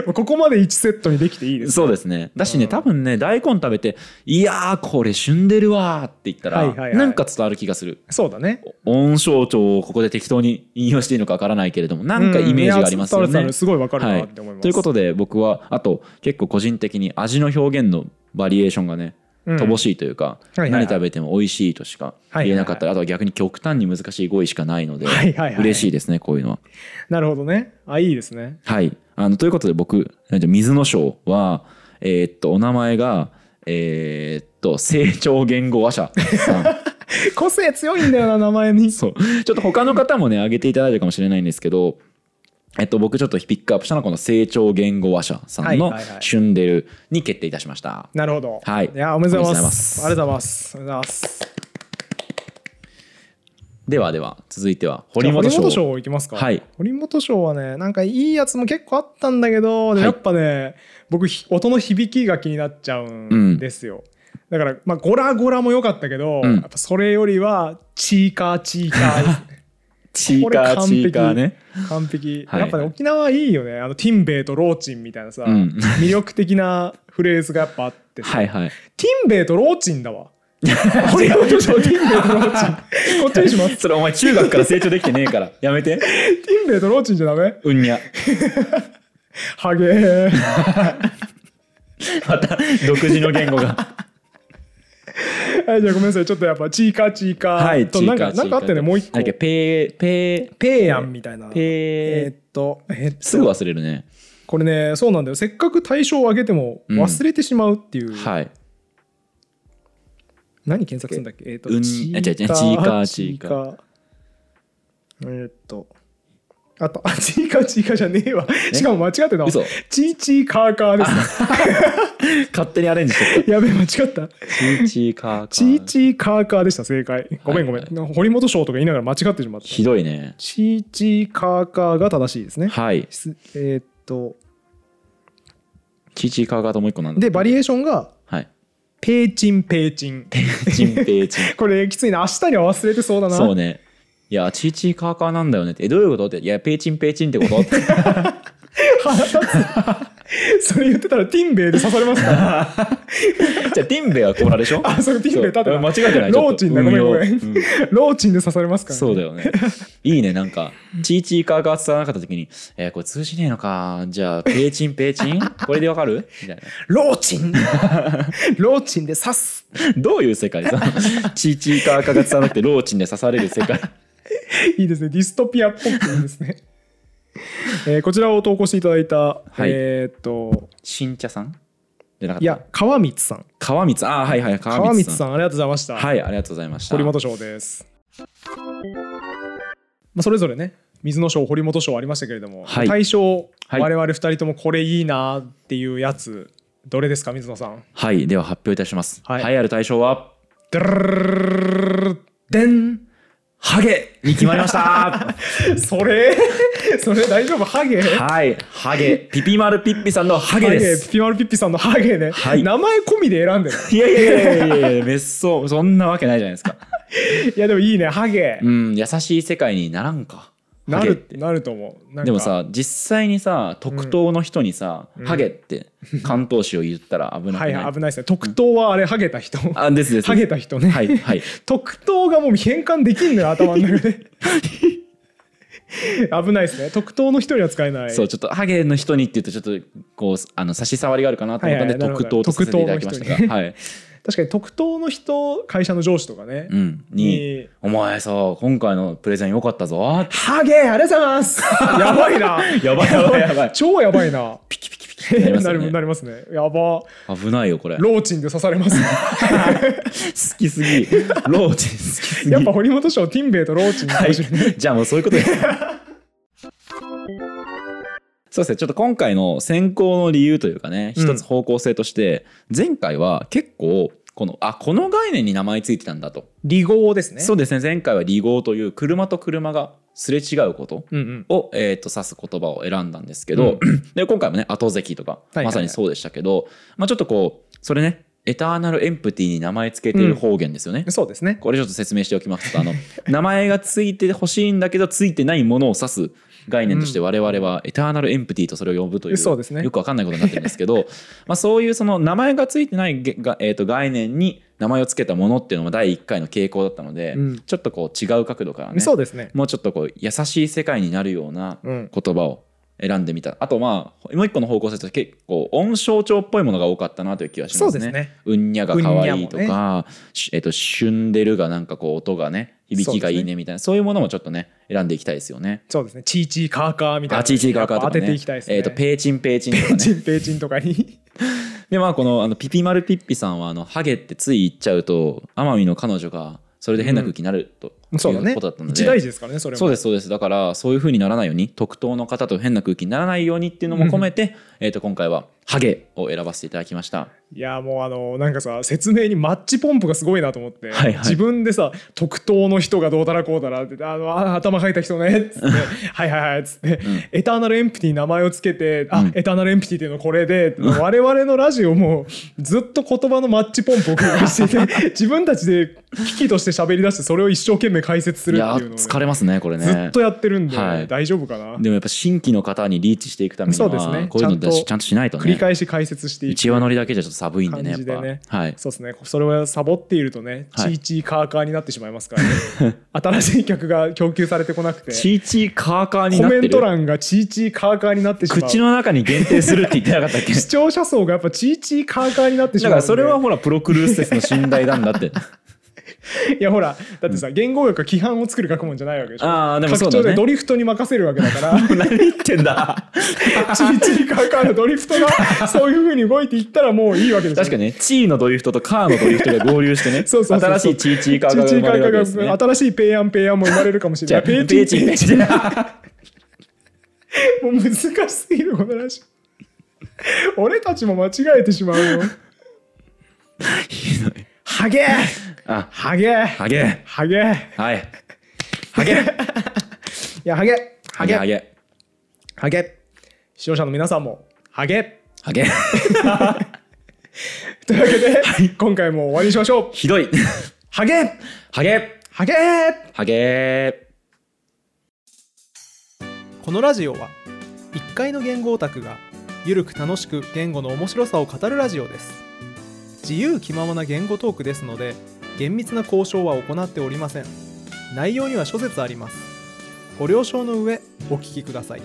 S1: ここまで1セットにできていいです
S2: そうですねだし
S1: う
S2: ね
S1: ん
S2: 多分ね大根食べて「いやーこれ旬でるわ」って言ったら、
S1: はいはいはい
S2: なんか伝わる気がする
S1: そうだね
S2: 音象徴をここで適当に引用していいのかわからないけれどもなんかイメージがありますよ
S1: うんいや伝わる伝わ
S2: ね
S1: る。すごいわかる
S2: は
S1: なっ
S2: い、
S1: て思います、
S2: ということで僕はあと結構個人的に味の表現のバリエーションがね
S1: うん
S2: 乏しいというか、
S1: いはいはい
S2: 何食べても美味しいとしか言えなかったり、あとは逆に極端に難しい語彙しかないので、
S1: はいはいはい
S2: 嬉しいですねこういうのは。
S1: なるほどねあいいですね
S2: はい。あのということで僕、なんて水野賞は、えーっと、お名前が、えーっと、成長言語話者さん。
S1: 個性強いんだよな名前に
S2: そう。ちょっと他の方もね、挙げていただいたかもしれないんですけど、えっと、僕ちょっとピックアップしたのはこの成長言語話者さんの
S1: はいはいはい
S2: シュンデルに決定いたしました。
S1: なるほど
S2: はい
S1: いやおめでとうございますあ
S2: お
S1: り
S2: め
S1: がとうございますありがとうございます
S2: ではでは、続いては
S1: じゃ
S2: 堀
S1: あ
S2: 本賞。
S1: 堀本賞いきますか、
S2: はい
S1: 堀本賞はねなんかいいやつも結構あったんだけど、で
S2: はい
S1: やっぱね僕ひ音の響きが気になっちゃうんですよ、だからまあゴラゴラも良かったけど、
S2: うん
S1: やっぱそれよりはチーカーチーカーです ね
S2: チーカーチーカーね。
S1: 完璧、
S2: はい
S1: やっぱね沖縄いいよねあのティンベイとローチンみたいなさ、
S2: うん
S1: 魅力的なフレーズがやっぱあってさ
S2: はいはい。
S1: ティンベイとローチンだ わ堀本賞ティンベイとローチンこっちにします
S2: それお前中学から成長できてねえから、やめて。
S1: ティンベイとローチンじゃダメ
S2: うんにゃ。
S1: ハゲー
S2: また独自の言語が。
S1: はい、じゃあごめんなさい。ちょっとやっぱ、チーカーチーカー。
S2: はい、
S1: と、
S2: チー
S1: なん
S2: カ
S1: か、
S2: ー
S1: なんかあってね、もう一個。
S2: なんだっけ
S1: ペ
S2: ペー、ペー、
S1: ーヤンみたいな。えー
S2: ペ
S1: っと、えっ
S2: ー、すぐ忘れるね。
S1: これね、そうなんだよ。せっかく対象を上げても
S2: うん
S1: 忘れてしまうっていう。
S2: はい。
S1: 何検索するんだっけえーっと、
S2: うんあ違う違うチーカーチーカ
S1: ー。えーっと、あと、あ、チーカーチーカーじゃねえわ。しかも間違ってたわ。
S2: 嘘
S1: チーチーカーカーですね。
S2: 勝手にアレンジして
S1: やべえ、間違った。
S2: た。チーチーカーカー。
S1: チーチーカーカーでした、正解。ごめんごめん。
S2: は
S1: 堀本賞とか言いながら間違ってしまった。
S2: ひどいね。
S1: チーチーカーカーが正しいですね。
S2: はい。
S1: すえーっと
S2: チーチーカーカーともう一個なんだ。
S1: でバリエーションが
S2: はい。
S1: ペーチンペーチン
S2: チンペーチン。
S1: これきついな明日には忘れてそうだな
S2: そうね。いや、チーチーカーカーなんだよねって。え、どういうことって。いや、ペーチンペーチンっ てことって。
S1: 腹立つ それ言ってたらティンベイで刺されますから
S2: じゃあ、ティンベはコーラでしょ
S1: あそうティンベイ立てた
S2: そう間違えてない。
S1: ローチンだごめんごめん、
S2: ん。
S1: ローチンで刺されますから、ね、
S2: そうだよね。いいね、なんか、チーチーカーカー伝わらなかった時に、えーこれ通じねえのか。じゃあ、ペーチンペーチンこれでわかるみたいな。
S1: ロー チンローチンで刺す
S2: どういう世界さチーチーカーカーが伝わなくてローチンで刺される世界
S1: いいですねディストピアっぽくいいですねえーこちらを投稿していただいた、
S2: い
S1: えーっと
S2: 新茶さんじゃなかった
S1: いや川光さん
S2: 川光ああはいはい
S1: 川
S2: 川
S1: 光さ
S2: 光さ
S1: んあ
S2: ん
S1: りがとうございました、
S2: はいありがとうございました
S1: 堀本賞です。まあ、それぞれね水野賞堀本賞ありましたけれども、
S2: はい
S1: 対象、
S2: はい
S1: 我々二人ともこれいいなっていうやつどれですか水野さん。
S2: はいでは発表いたします
S1: は
S2: はいい、ある対象は
S1: でん
S2: ハゲに決まりました
S1: それそれ大丈夫ハゲ
S2: はいハゲピピマルピッピさんのハゲです
S1: ピピマルピッピさんのハゲね、
S2: はい
S1: 名前込みで選んでる
S2: いやいやいやいやいやいや滅相そんなわけないじゃないですか
S1: いやでもいいねハゲ、
S2: うん優しい世界にならんか
S1: な
S2: ハゲっ
S1: る
S2: て
S1: なると思うなんか
S2: でもさ実際にさ特等の人にさ、
S1: うん
S2: ハゲって関東氏を言ったら危なく
S1: は
S2: ないい、
S1: はい危ないですね特等はあれハゲた人
S2: あですですです
S1: ハゲた人ね
S2: はいはい
S1: 特等がもう変換できんのよ頭の中 で危ないですね特等の人には使えない
S2: そうちょっとハゲの人にっていうとちょっとこうあの差し障りがあるかなと思ったんで、
S1: はいはいなるほど
S2: 特等とさせていただきましたがはい
S1: 確かに特等の人会社の上司とかね、
S2: うん、に
S1: に
S2: 「お前さ今回のプレゼン良かったぞ」って
S1: ハゲありがとうございますやばいな
S2: やばいやばいやば い
S1: 超やばいなピキピキピキな,、
S2: なりますよ ね
S1: るなりますねやば
S2: 危ないよこれ好
S1: ローチンで刺され ますね
S2: きすぎローチン好きすぎ
S1: やっぱ堀本賞ティンベイとローチンの
S2: は
S1: 対
S2: い
S1: 象、
S2: じゃあもうそういうことですそうですねちょっと今回の選考の理由というかね
S1: うん
S2: 一つ方向性として、前回は結構このあこの概念に名前ついてたんだと、
S1: 離合ですね
S2: そうですね前回は離合という車と車がすれ違うこと
S1: うんうん
S2: を、えー、と指す言葉を選んだんですけど、で今回もね後席とか、
S1: いはいはい
S2: まさにそうでしたけど、まあ、ちょっとこうそれねエターナルエンプティに名前つけている方言ですよね、
S1: そうですね
S2: これちょっと説明しておきま すとあの名前がついてほしいんだけどついてないものを指す概念として我々はエターナルエンプティとそれを呼ぶという
S1: そうですね
S2: よくわかんないことになってるんですけどまあそういうその名前がついてないげが、えー、と概念に名前をつけたものっていうのも第1回の傾向だったので、
S1: うん
S2: ちょっとこう違う角度からね
S1: そうですね
S2: もうちょっとこう優しい世界になるような
S1: うん
S2: 言葉を選んでみた、あとまあもう一個の方向性として結構音象徴っぽいものが多かったなという気がし
S1: そ
S2: ま
S1: う
S2: す
S1: で
S2: ね。
S1: すね
S2: うんにゃが可愛いと
S1: うんに
S2: か、しえっと、シュンデルがなんかこう音がね、響きがいいねみたいな、そう,、いうものもちょっとね、選んでいきたいですよね。
S1: そうですねチーチーカーカーみたいな
S2: あちいちいかわか
S1: や
S2: と
S1: っ
S2: か、
S1: ぱ
S2: ね、
S1: 当てていきたいですね
S2: えっと、ペーチンペーチンとか
S1: チ
S2: ね。
S1: ンペイチンとか に
S2: で、まあ、この、あの、ピピマルピッピさんは、あの、ハゲってつい言っちゃうと、奄美の彼女が、それで変な空気になると、
S1: そう
S2: い
S1: だ
S2: う
S1: ね
S2: ことだったので。
S1: 一大事ですからねそれも
S2: そうですそうですだからそういう風にならないように特等の方と変な空気にならないようにっていうのも込めて、えっと今回はハゲを選ばせていただきました
S1: いやもうあのなんかさ説明にマッチポンプがすごいなと思って、
S2: はいはい
S1: 自分でさ「特等の人がどうだらこうだら」って「あのあ頭かいた人ね」っつ って「はいはいはい」っつって、エターナルエンプティ」名前をつけて「あ、
S2: うん
S1: エターナルエンプティ」っていうのこれで、我々のラジオもずっと言葉のマッチポンプを繰り返してい て自分たちで危機として喋り出してそれを一生懸命解説す
S2: い
S1: るって
S2: や
S1: いうのをね、
S2: 疲れますねこれね
S1: ずっとやってるんで、
S2: はい
S1: 大丈夫かな
S2: でもやっぱ新規の方にリーチしていくために
S1: そうです
S2: は、
S1: ね
S2: こういうので
S1: ちゃんと
S2: ちゃんとしないと
S1: 繰り
S2: ね
S1: 返し解説していく
S2: 一話乗りだけじゃちょっと寒いんでねや
S1: 感じ
S2: っ
S1: で
S2: ぱ、
S1: ね
S2: はい
S1: そうですねそれはサボっているとね、
S2: はい
S1: チーチーカーカーになってしまいますから、 ね、新しい客が供給されてこなくて
S2: チーチーカーカーに
S1: コ
S2: なって
S1: メ
S2: る
S1: ント欄がチーチーカーカーになってしまう
S2: 口の中に限定するって言ってなかったっけ
S1: 視聴者層がやっぱチーチーカーカーになってしま
S2: だ
S1: うん
S2: から
S1: で
S2: それはほらプロクルーセスの信頼なんだって
S1: いやほらだってさ、言語学は規範を作る学問じゃないわけでしょ
S2: あーでもそう
S1: 拡張
S2: だね
S1: でドリフトに任せるわけだ から
S2: 何言ってんだ
S1: チーチーカーカーのドリフト がそういうふうに動いていったらもういいわけですよ
S2: 確かにねチーのドリフトとカーのドリフトが合流してね
S1: そうそうそうそう
S2: 新しいチーチーカー
S1: チ
S2: が
S1: ーチ
S2: 生
S1: ーカ
S2: まれ
S1: ー
S2: る
S1: カー
S2: わけですね
S1: が新しいペイアンペイアンも生まれるかもしれないペイチーチー
S2: ペーチーペーチー
S1: もう難しすぎるこの話俺たちも間違えてしまうよ
S2: ひどい
S1: ハゲ
S2: あ
S1: ハゲ
S2: ハゲ
S1: ハゲい
S2: はい ハゲ
S1: やハゲハゲ
S2: ハゲ
S1: ハゲ視聴者の皆さんもハゲ
S2: ハゲ
S1: というわけで、今回も終わりにしましょう
S2: ひどい
S1: ハゲ
S2: ハゲ
S1: ハゲ
S2: ハゲ
S1: このラジオは1階の言語オタクがゆるく楽しく言語の面白さを語るラジオです自由気ままな言語トークですので厳密な交渉は行っておりません内容には諸説ありますご了承の上お聞きください